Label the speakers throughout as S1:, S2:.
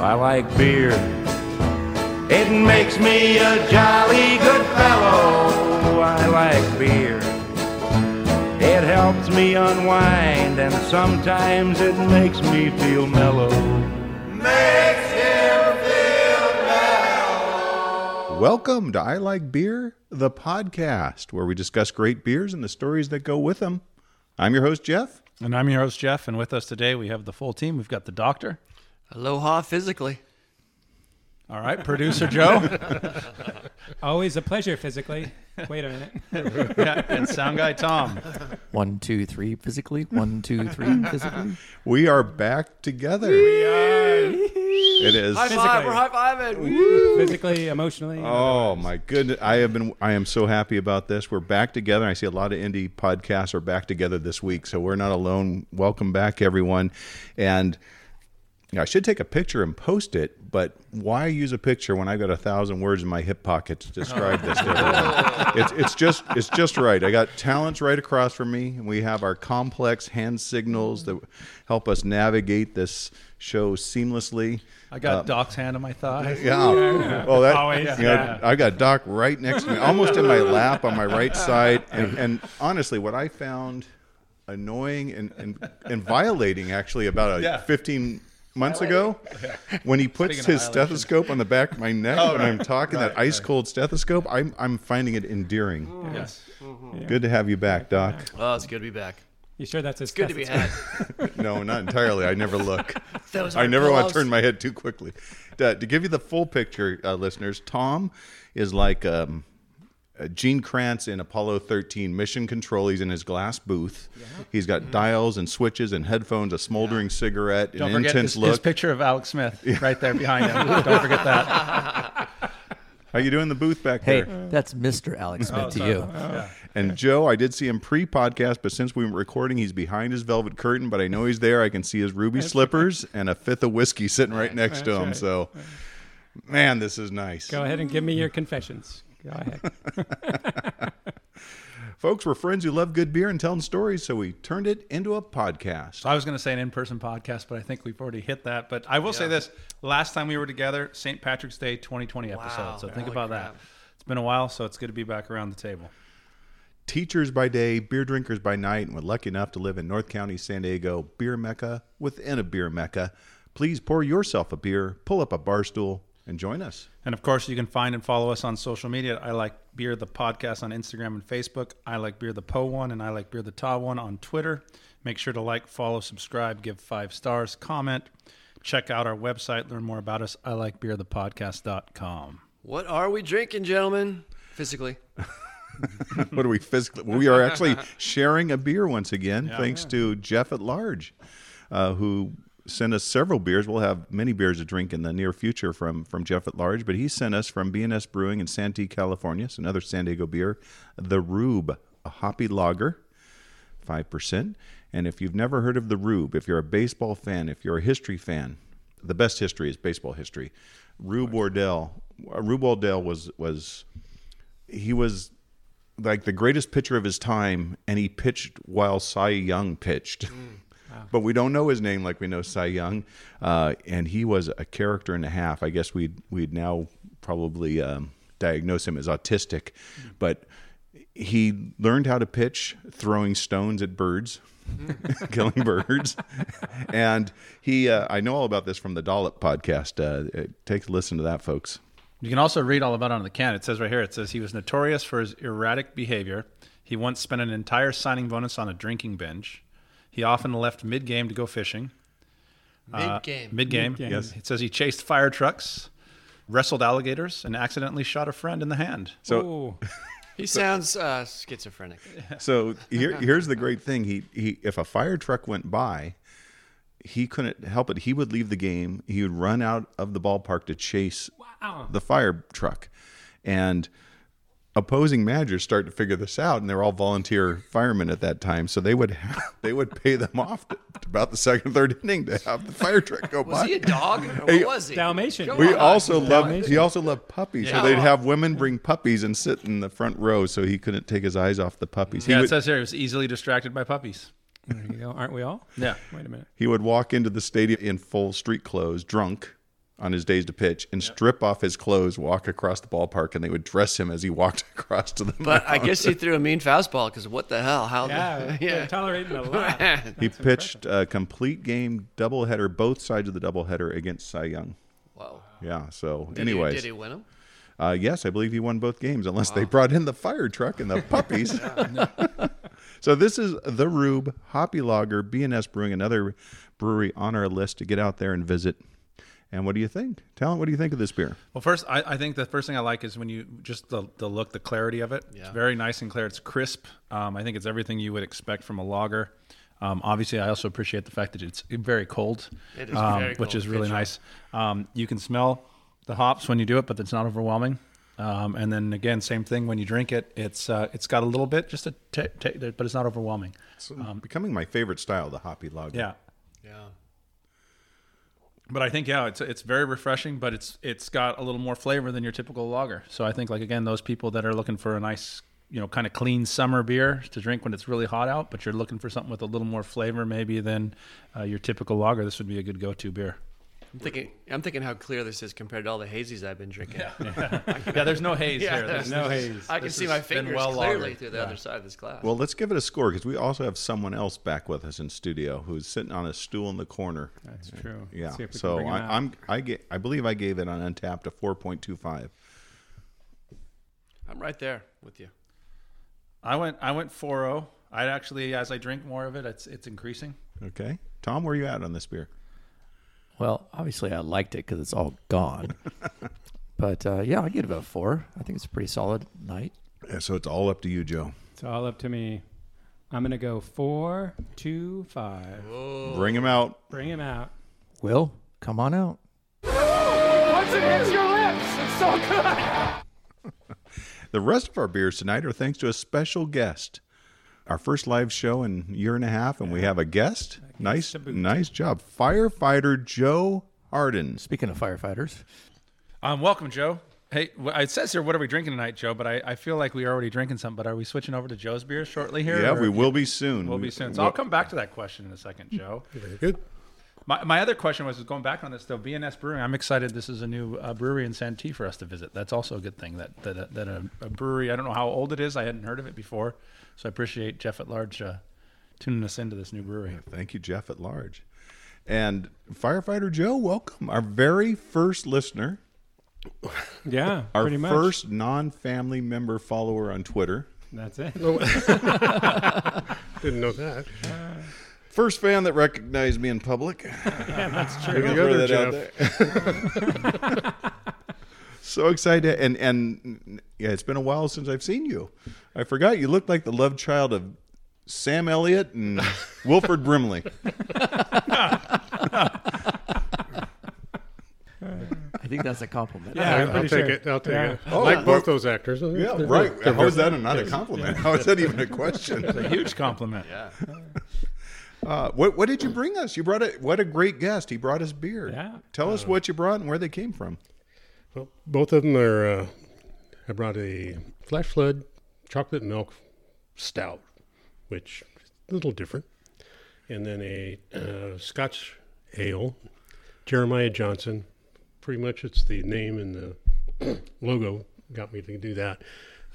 S1: I like beer.
S2: It makes me a jolly good fellow.
S1: I like beer.
S2: It helps me unwind and sometimes it makes me feel mellow.
S3: Makes him feel mellow.
S4: Welcome to I Like Beer, the podcast where we discuss great beers and the stories that go with them. I'm your host, Jeff.
S5: And I'm your host, Jeff. And with us today, we have the full team. We've got the doctor.
S6: Aloha physically.
S5: All right, producer Joe.
S7: Always a pleasure physically. Wait a minute.
S5: yeah, and sound guy Tom.
S6: One, two, three physically. One, two, three physically.
S4: We are back together.
S5: We are.
S4: It is
S6: high physically. five. We're high fiving.
S7: Woo. Physically, emotionally.
S4: Oh my goodness! I have been. I am so happy about this. We're back together. I see a lot of indie podcasts are back together this week, so we're not alone. Welcome back, everyone, and. You know, I should take a picture and post it, but why use a picture when I've got a thousand words in my hip pocket to describe this? it's, it's just it's just right. I got talents right across from me, and we have our complex hand signals that help us navigate this show seamlessly.
S5: I got um, Doc's hand on my thigh.
S4: Yeah. Well, that Always, you know, yeah. I got Doc right next to me, almost in my lap on my right side. and, and honestly, what I found annoying and, and, and violating actually about a yeah. 15 months ago when he puts Speaking his stethoscope on the back of my neck oh, when right. I'm talking right, that ice right. cold stethoscope. I'm I'm finding it endearing.
S5: Mm. Yes.
S4: Mm-hmm. Good to have you back, Doc.
S6: Oh, it's good to be back.
S7: You sure that's his?
S6: It's good to be had.
S4: no, not entirely. I never look. I never pillows. want to turn my head too quickly. To, to give you the full picture, uh, listeners, Tom is like um, Gene Kranz in Apollo 13 mission control. He's in his glass booth. Yeah. He's got mm-hmm. dials and switches and headphones, a smoldering yeah. cigarette,
S5: Don't
S4: an
S5: forget
S4: intense
S5: his,
S4: look.
S5: His picture of Alex Smith yeah. right there behind him. Don't forget that.
S4: How you doing in the booth back
S6: hey,
S5: Mm-hmm.
S4: there?
S6: Hey, that's Mr. Alex Smith oh, to you. Oh.
S4: And Joe, I did see him pre-podcast, but since we were recording, he's behind his velvet curtain. But I know he's there. I can see his ruby slippers and a fifth of whiskey sitting right next to him. So, man, this is nice.
S7: Go ahead and give me your confessions. Go ahead.
S4: Folks, we're friends who love good beer and telling stories, so we turned it into a podcast.
S5: So I was going to say an in person podcast, but I think we've already hit that. But I will yeah. say this last time we were together, St. Patrick's Day 2020 wow. episode. So think Holy about crap. that. It's been a while, so it's good to be back around the table.
S4: Teachers by day, beer drinkers by night, and we're lucky enough to live in North County, San Diego, beer mecca within a beer mecca. Please pour yourself a beer, pull up a bar stool, and join us.
S5: And of course, you can find and follow us on social media. I like beer the podcast on Instagram and Facebook. I like beer the Po one, and I like beer the Ta one on Twitter. Make sure to like, follow, subscribe, give five stars, comment. Check out our website, learn more about us. I like beer the podcast.com.
S6: What are we drinking, gentlemen? Uh, Physically.
S4: what are we physically? We are actually sharing a beer once again, yeah, thanks yeah. to Jeff at Large, uh, who sent us several beers. We'll have many beers to drink in the near future from from Jeff at Large, but he sent us from BNS Brewing in Santee, California. It's another San Diego beer, the Rube, a hoppy lager, five percent. And if you've never heard of the Rube, if you're a baseball fan, if you're a history fan, the best history is baseball history. Rube Wardell, uh, Rube Wardell was was he was like the greatest pitcher of his time, and he pitched while Cy Young pitched. Mm. Wow. but we don't know his name like we know Cy Young. Uh, and he was a character and a half. I guess we'd we'd now probably um, diagnose him as autistic, mm-hmm. but he learned how to pitch throwing stones at birds. killing birds and he uh, i know all about this from the dollop podcast uh, take a listen to that folks
S5: you can also read all about it on the can it says right here it says he was notorious for his erratic behavior he once spent an entire signing bonus on a drinking bench he often left mid game to go fishing.
S6: Mid game.
S5: Uh, mid game. Yes. It says he chased fire trucks, wrestled alligators, and accidentally shot a friend in the hand.
S4: So.
S6: he sounds uh, schizophrenic.
S4: So here, here's the great thing: he, he, if a fire truck went by, he couldn't help it. He would leave the game. He would run out of the ballpark to chase wow. the fire truck, and opposing managers start to figure this out, and they're all volunteer firemen at that time, so they would have, they would pay them off to, to about the second third inning to have the fire truck go
S6: was
S4: by.
S6: Was he a dog? Hey, what was he?
S7: Dalmatian.
S4: We also loved he also loved puppies, yeah. so they'd have women bring puppies and sit in the front row, so he couldn't take his eyes off the puppies.
S5: Yeah,
S4: would,
S5: it says here he was easily distracted by puppies.
S7: There you go. Aren't we all?
S5: Yeah.
S7: Wait a minute.
S4: He would walk into the stadium in full street clothes, drunk on his days to pitch and strip off his clothes, walk across the ballpark, and they would dress him as he walked across to the
S3: But I guess he threw a mean fastball because what the hell? How?
S7: Yeah,
S3: the, yeah.
S7: they're tolerating a lot.
S4: He pitched a complete game doubleheader, both sides of the doubleheader against Cy Young.
S3: Wow.
S4: Yeah. So,
S3: Did he-
S4: anyways,
S3: did he win him?
S4: Uh, yes, I believe he won both games, unless they brought in the fire truck and the puppies. so this is the Rube Hoppy Lager B&S Brewing, another brewery on our list to get out there and visit. And what do you think, Talent? What do you think of this beer?
S5: Well, first, I, I think the first thing I like is when you just the, the look, the clarity of it. It's very nice and clear. It's crisp. Um, I think it's everything you would expect from a lager. Um, obviously, I also appreciate the fact that it's very cold,
S3: It is
S5: um,
S3: very
S5: which
S3: cold.
S5: is really
S3: Good
S5: nice. Um, you can smell the hops when you do it, but it's not overwhelming. Um, and then again, same thing when you drink it. It's uh, it's got a little bit, just a t- t- but it's not overwhelming.
S4: It's
S7: Um,
S4: becoming my favorite style, the Hoppy Lager.
S5: Yeah,
S3: Yeah.
S5: But I think yeah, it's it's very refreshing, but it's it's got a little more flavor than your typical lager. So I think like again, those people that are looking for a nice, you know, kind of clean summer beer to drink when it's really hot out, but you're looking for something with a little more flavor maybe than uh, your typical lager, this would be a good go-to beer.
S3: I'm thinking. I'm thinking how clear this is compared to all the hazies I've been drinking.
S5: Yeah, there's no haze
S3: Yeah,
S5: here. There's
S7: No haze.
S3: I can
S5: This
S3: see
S5: has
S3: my
S5: been
S3: fingers
S5: well
S3: clearly
S5: lagered.
S3: through the other side of this glass.
S4: Well, let's give it a score because we also have someone else back with us in studio who's sitting on a stool in the corner.
S7: That's true.
S4: Yeah.
S7: See if we can
S4: So
S7: bring 'em out.
S4: I, I'm I get I believe I gave it on Untapped a 4.25.
S3: I'm right there with you.
S5: I went I went 4-0. I actually as I drink more of it, it's it's increasing.
S4: Okay, Tom, where you at on this beer?
S6: Well, obviously I liked it because it's all gone. but uh, yeah, I give it a four. I think it's a pretty solid night.
S4: Yeah, so it's all up to you, Joe.
S7: It's all up to me. I'm gonna go four, two, five.
S4: Bring him out.
S7: Bring him out.
S6: Will, come on out.
S4: The rest of our beers tonight are thanks to a special guest. Our first live show in a year and a half, and we have a guest. Nice, nice job, firefighter Joe Harden.
S6: Speaking of firefighters,
S5: Um welcome, Joe. Hey, wh- it says here, what are we drinking tonight, Joe? But I, I feel like we are already drinking something. But are we switching over to Joe's beer shortly here?
S4: Yeah,
S5: or-
S4: we will be soon.
S5: Will be soon. So I'll come back to that question in a second, Joe.
S8: Hmm. Good.
S5: My, my other question was going back on this though. BNS Brewing. I'm excited. This is a new uh, brewery in Santee for us to visit. That's also a good thing. That that, that a, a brewery. I don't know how old it is. I hadn't heard of it before. So I appreciate Jeff at large uh, tuning us into this new brewery.
S4: Thank you, Jeff at large. And firefighter Joe, welcome. Our very first listener,
S7: Yeah,
S4: our
S7: pretty much.
S4: first non-family member follower on Twitter.
S7: That's it.
S8: Didn't know that.
S4: First fan that recognized me in public.
S7: That's
S4: We
S7: true.
S4: can
S8: Look
S4: throw
S8: at her,
S4: that out there. so excited, and and yeah, it's been a while since I've seen you. I forgot you looked like the love child of Sam Elliott and Wilford Brimley.
S6: I think that's a compliment.
S7: Yeah, I'm
S8: I'll
S7: pretty
S8: take
S7: sure.
S8: it. I'll take
S7: Yeah.
S8: it. I like both those actors.
S4: Oh, Yeah, right. How is that not a compliment? How is that even a question?
S5: A huge compliment. Yeah.
S4: Uh, what what did you bring us? You brought it. What a great guest. He brought us beer.
S7: Yeah.
S4: Tell us what you brought and where they came from.
S8: Well, both of them are. Uh, I brought a flash flood chocolate milk stout, which is a little different, and then a uh, Scotch ale, Jeremiah Johnson. Pretty much, it's the name and the logo got me to do that.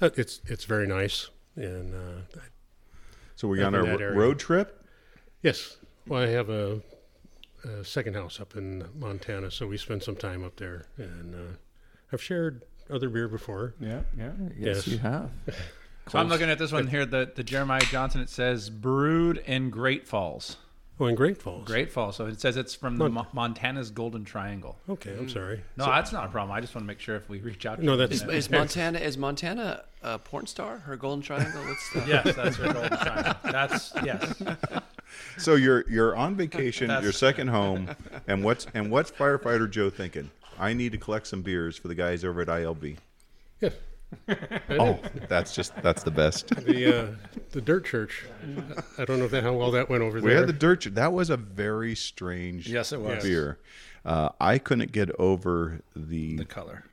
S8: Uh, It's it's very nice, and uh,
S4: So we're on
S8: in
S4: our
S8: that
S4: ro-
S8: area.
S4: road trip.
S8: Yes. Well, I have a, a second house up in Montana, so we spend some time up there. And uh, I've shared other beer before.
S7: Yeah, yeah.
S6: Yes,
S8: Yes.
S6: you have.
S5: So I'm looking at this one here. The the Jeremiah Johnson. It says brewed in Great Falls.
S8: Oh, and Great Falls.
S5: Great Falls. So it says it's from the Mo- Montana's Golden Triangle.
S8: Okay, I'm sorry.
S5: No, that's not a problem. I just want to make sure if we reach out. to
S8: Oh, No,
S5: them.
S8: that's
S3: Is Montana is Montana a porn star? Her golden triangle. What's the?
S5: Yes, that's her golden triangle. That's yes.
S4: So you're you're on vacation, your
S5: That's-
S4: second home, and what's and what's firefighter Joe thinking? I need to collect some beers for the guys over at ILB.
S8: Yeah.
S4: Oh, that's just that's the best.
S8: The uh, the Dirt Church. I don't know if that, how well that went over
S4: We
S8: there.
S4: had the dirt. That was a very strange
S5: Yes, it was.
S4: beer. Uh, I couldn't get over the
S5: The
S4: the,
S5: color.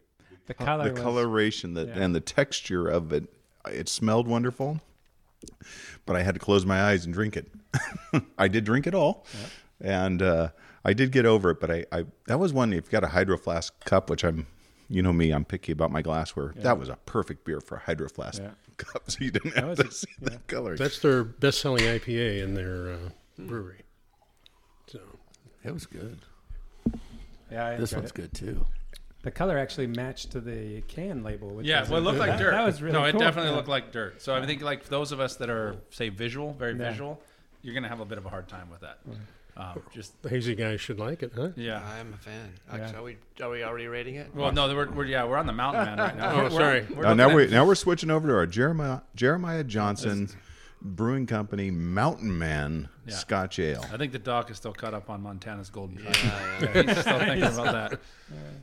S7: The color. was-
S4: coloration that and the texture of it. It smelled wonderful, but I had to close my eyes and drink it. I did drink it all, and uh, I did get over it, but I, I that was one. If you got a hydro flask cup, which I'm, you know me, I'm picky about my glassware. That was a perfect beer for a hydro flask
S5: Yeah.
S4: cup, so you didn't have
S5: was
S4: to see the color.
S8: That's their best-selling IPA in their uh, brewery. So
S6: It was good.
S7: Yeah, I
S6: This
S7: enjoyed
S6: one's
S7: it.
S6: good too.
S7: The color actually matched to the can label. Which
S5: Yeah,
S7: was
S5: well, it looked like
S7: that,
S5: dirt.
S7: That was really
S5: no, it
S7: cool.
S5: definitely
S7: Yeah.
S5: looked like dirt. So I think, like for those of us that are say visual, very
S7: Yeah.
S5: visual, you're gonna have a bit of a hard time with that. Um, just
S8: the hazy guys should like it, huh?
S5: yeah.
S3: I'm a fan. Actually, are we are we already rating it?
S5: Well, no, we're, we're yeah, we're on the mountain man right now.
S8: Oh,
S5: We're- we're-
S8: sorry.
S5: we're
S4: Now, now
S5: looking
S4: we
S5: at-
S4: now we're switching over to our Jeremiah Jeremiah Johnson Brewing Company Mountain Man
S5: Yeah.
S4: Scotch Ale.
S5: I think the doc is still caught up on Montana's golden.
S3: Yeah,
S5: Triangle.
S3: yeah.
S5: He's still thinking about that.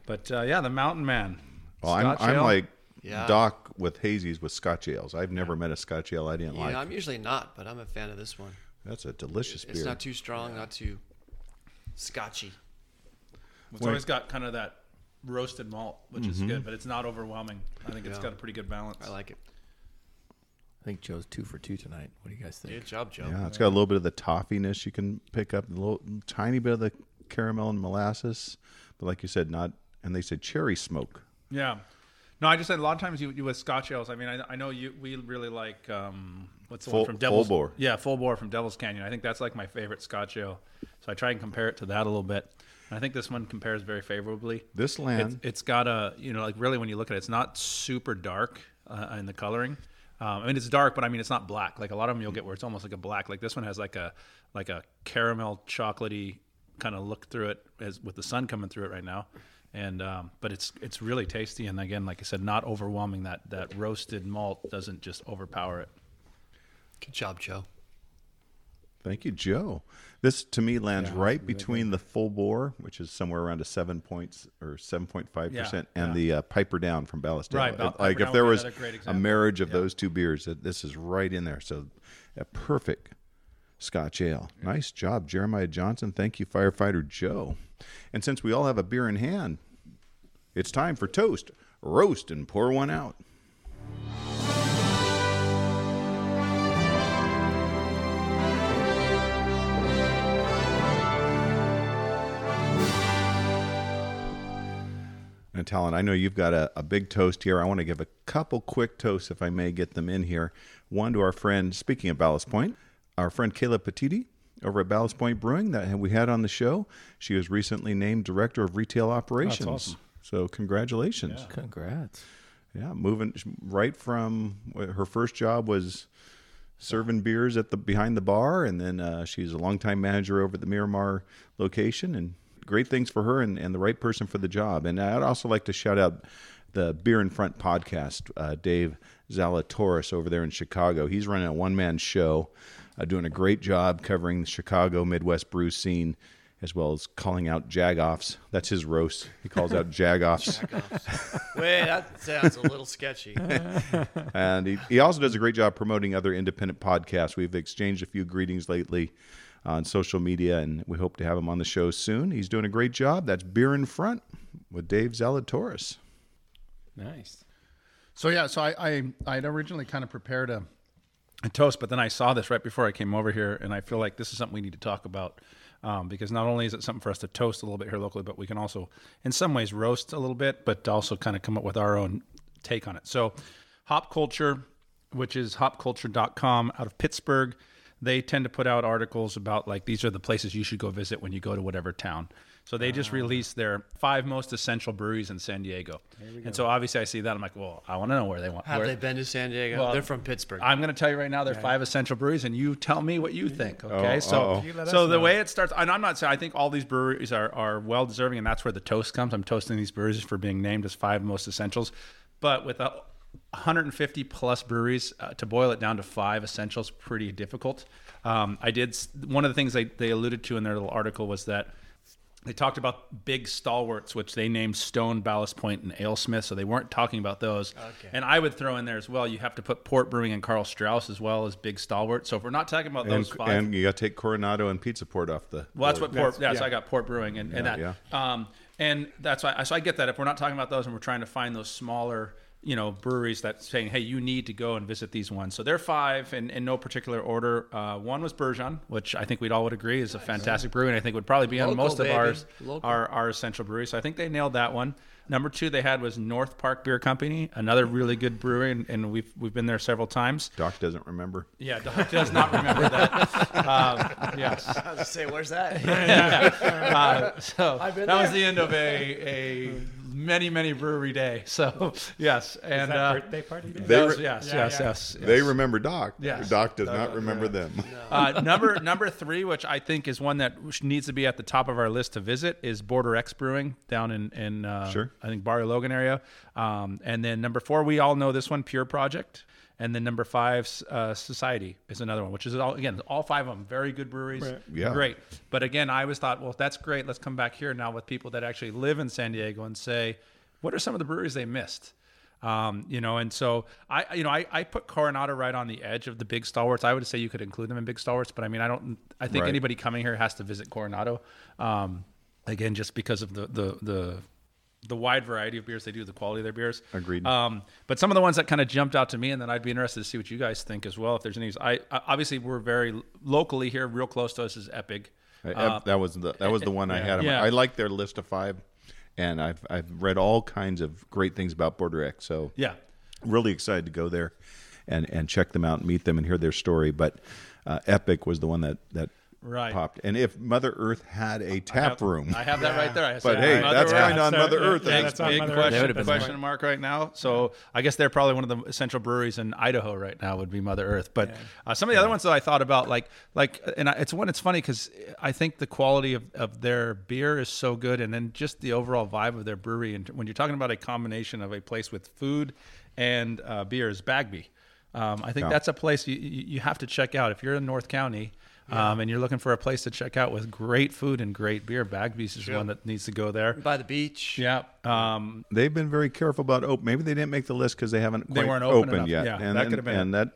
S5: But uh, yeah, the mountain man.
S4: Well, I'm,
S5: Scotch
S4: I'm
S5: ale.
S4: like
S3: Yeah.
S4: Doc with hazies with Scotch ales. I've never met a Scotch ale I didn't
S3: You know,
S4: like.
S3: I'm usually not, but I'm a fan of this one.
S4: That's a delicious
S3: It's
S4: beer.
S3: not too strong, not too scotchy.
S5: It's always got kind of that roasted malt, which is
S4: Mm-hmm.
S5: good, but it's not overwhelming. I think it's
S3: Yeah.
S5: got a pretty good balance.
S3: I like it.
S6: I think Joe's two for two tonight. What do you guys think?
S3: Good job, Joe.
S4: yeah, it's got a little bit of the toffiness you can pick up, a little tiny bit of the caramel and molasses, but like you said, not. And they said cherry smoke.
S5: Yeah. No, I just said a lot of times you, you with Scotch ales. I mean, I, I know you. We really like um, what's the
S4: Full-
S5: one from Devil's
S4: full bore.
S5: Yeah, full bore from Devil's Canyon. I think that's like my favorite Scotch ale. So I try and compare it to that a little bit. And I think this one compares very favorably.
S4: This
S5: It's,
S4: land,
S5: it's got a you know like really when you look at it, it's not super dark uh, in the coloring. Um, I mean, it's dark, but I mean it's not black. Like a lot of them, you'll get where it's almost like a black. Like this one has like a like a caramel chocolatey kind of look through it as with the sun coming through it right now. And um, but it's it's really tasty, and again, like I said, not overwhelming. That that roasted malt doesn't just overpower it.
S3: Good job, Joe.
S4: thank you, Joe. This to me lands right between the full bore, which is somewhere around a seven points or seven point five percent,
S5: Yeah,
S4: and the uh, Piper Down from Ballast.
S5: Right,
S4: It-
S5: Bal- Piper
S4: like
S5: Down
S4: if there
S5: would be
S4: was
S5: another great
S4: a
S5: example.
S4: marriage of those two beers, that this is right in there. So, a perfect Scotch ale. Nice job, Jeremiah Johnson. Thank you, firefighter Joe. And since we all have a beer in hand, it's time for toast, roast, and pour one out. And Talon, I know you've got a, a big toast here. I want to give a couple quick toasts, if I may get them in here. One to our friend, speaking of Ballast Point, our friend Kayla Petiti over at Ballast Point Brewing that we had on the show. She was recently named Director of Retail Operations. So, congratulations.
S6: Congrats.
S4: Yeah, moving right from her first job was serving beers at the behind the bar, and then uh, she's a longtime manager over at the Miramar location, and great things for her and, and the right person for the job. And I'd also like to shout out the Beer in Front podcast, uh, Dave Zalatoris over there in Chicago. He's running a one man show, uh, doing a great job covering the Chicago Midwest brew scene. As well as calling out jagoffs. That's his roast. He calls out jagoffs.
S3: Wait, that sounds a little sketchy.
S4: and he, he also does a great job promoting other independent podcasts. We've exchanged a few greetings lately on social media, and we hope to have him on the show soon. He's doing a great job. That's Beer in Front with Dave Zalatoris.
S7: Nice.
S5: So yeah, so I I I'd originally kind of prepared a, a toast, but then I saw this right before I came over here, and I feel like this is something we need to talk about um, because not only is it something for us to toast a little bit here locally, but we can also, in some ways, roast a little bit, but also kind of come up with our own take on it. So, hop culture, which is hopculture.com out of Pittsburgh, they tend to put out articles about like these are the places you should go visit when you go to whatever town. So they
S3: Ah.
S5: just released their five most essential breweries in San Diego, and so obviously I see that I'm like, well, I want to know where they want.
S3: Have
S5: where-
S3: they been to San Diego? They're from Pittsburgh.
S5: I'm going to tell you right now, there are five essential breweries, and you tell me what you think. Okay, so
S4: uh-oh.
S7: You let
S5: so
S7: us
S5: the
S7: know.
S5: way it starts, and I'm not saying I think all these breweries are are well deserving, and that's where the toast comes. I'm toasting these breweries for being named as five most essentials, but with a 150 plus breweries uh, to boil it down to five essentials, pretty difficult. Um, I did s- one of the things they, they alluded to in their little article was that they talked about big stalwarts, which they named Stone, Ballast Point, and Alesmith. So they weren't talking about those. Okay. And I would throw in there as well. You have to put Port Brewing and Carl Strauss as well as big stalwarts. So if we're not talking about
S4: And,
S5: those five,
S4: and you got to take Coronado and Pizza Port off the.
S5: well, that's what
S4: board.
S5: port. yeah, so I got port brewing and, and that.
S4: Yeah,
S5: Um, and that's why. So I get that. If we're not talking about those, and we're trying to find those smaller you know breweries that saying, hey, you need to go and visit these ones. So there are five in, in no particular order. Uh, one was Bergeon, which I think we'd all would agree is a fantastic brewery, and I think would probably be on
S3: Local,
S5: most of
S3: baby.
S5: ours
S3: Local.
S5: our our essential brewery. So I think they nailed that one. Number two they had was North Park Beer Company, another really good brewery, and, and we've we've been there several times.
S4: Doc doesn't remember.
S5: Yeah, Doc does not remember that. um, yes.
S9: I was gonna say, where's that?
S5: Uh, so that
S9: been
S5: was
S9: there.
S5: the end of a, a many many brewery day. So yes, and
S7: that
S5: uh,
S7: birthday party? day?
S4: They
S5: that was,
S4: re-
S5: yes,
S7: Yeah,
S5: yes,
S7: yeah.
S5: yes, yes.
S4: They remember Doc.
S5: Yes.
S4: Doc does not remember them.
S5: uh, number number three, which I think is one that needs to be at the top of our list to visit, is Border X Brewing down in in uh,
S4: Sure.
S5: I think Barrio Logan area. Um, and then number four, we all know this one, Pure Project. And then number five, uh, Society is another one, which is all again all five of them very good breweries,
S4: Yeah.
S5: great. But again, I always thought, well, that's great. Let's come back here now with people that actually live in San Diego and say, what are some of the breweries they missed? Um, you know, and so I, you know, I, I put Coronado right on the edge of the big stalwarts. I would say you could include them in big stalwarts, but I mean, I don't, I think
S4: Right.
S5: anybody coming here has to visit Coronado. Um, again, just because of the, the, the, the wide variety of beers they do, the quality of their beers.
S4: Agreed.
S5: Um, but some of the ones that kind of jumped out to me, and then I'd be interested to see what you guys think as well. If there's any, I, I obviously we're very locally here, real close to us is Epic. Uh,
S4: I- I- that was the that was the one I had. on my-
S5: Yeah.
S4: I like their list of five, and I've I've read all kinds of great things about Border X. So
S5: Yeah.
S4: really excited to go there and and check them out and meet them and hear their story. But uh, Epic was the one that that
S5: Right.
S4: popped. And if Mother Earth had a tap room,
S5: I have that right there. I
S4: but
S5: said,
S4: hey,
S5: Mother
S4: that's
S5: Earth.
S4: kind of on
S7: So,
S4: Mother
S7: yeah,
S4: Earth.
S7: yeah,
S4: I
S7: that's
S4: think.
S7: on
S5: Big
S7: Mother Earth
S5: question,
S7: at this
S5: question
S7: point.
S5: mark right now. So I guess they're probably one of the central breweries in Idaho right now would be Mother Earth. But uh, some of the other ones that I thought about, like like, and I, it's one. It's funny because I think the quality of, of their beer is so good, and then just the overall vibe of their brewery. And when you're talking about a combination of a place with food and uh, beer, is Bagby. Um, I think
S4: Yeah.
S5: that's a place you, you you have to check out if you're in North County. Um, and you're looking for a place to check out with great food and great beer. Bagby's is one that needs to go there.
S3: By the beach.
S5: Yeah. Um,
S4: They've been very careful about open. Maybe they didn't make the list because they haven't
S5: They
S4: quite
S5: weren't open
S4: opened
S5: enough.
S4: yet.
S5: Yeah,
S4: and
S5: that
S4: and-
S5: could've been
S4: and that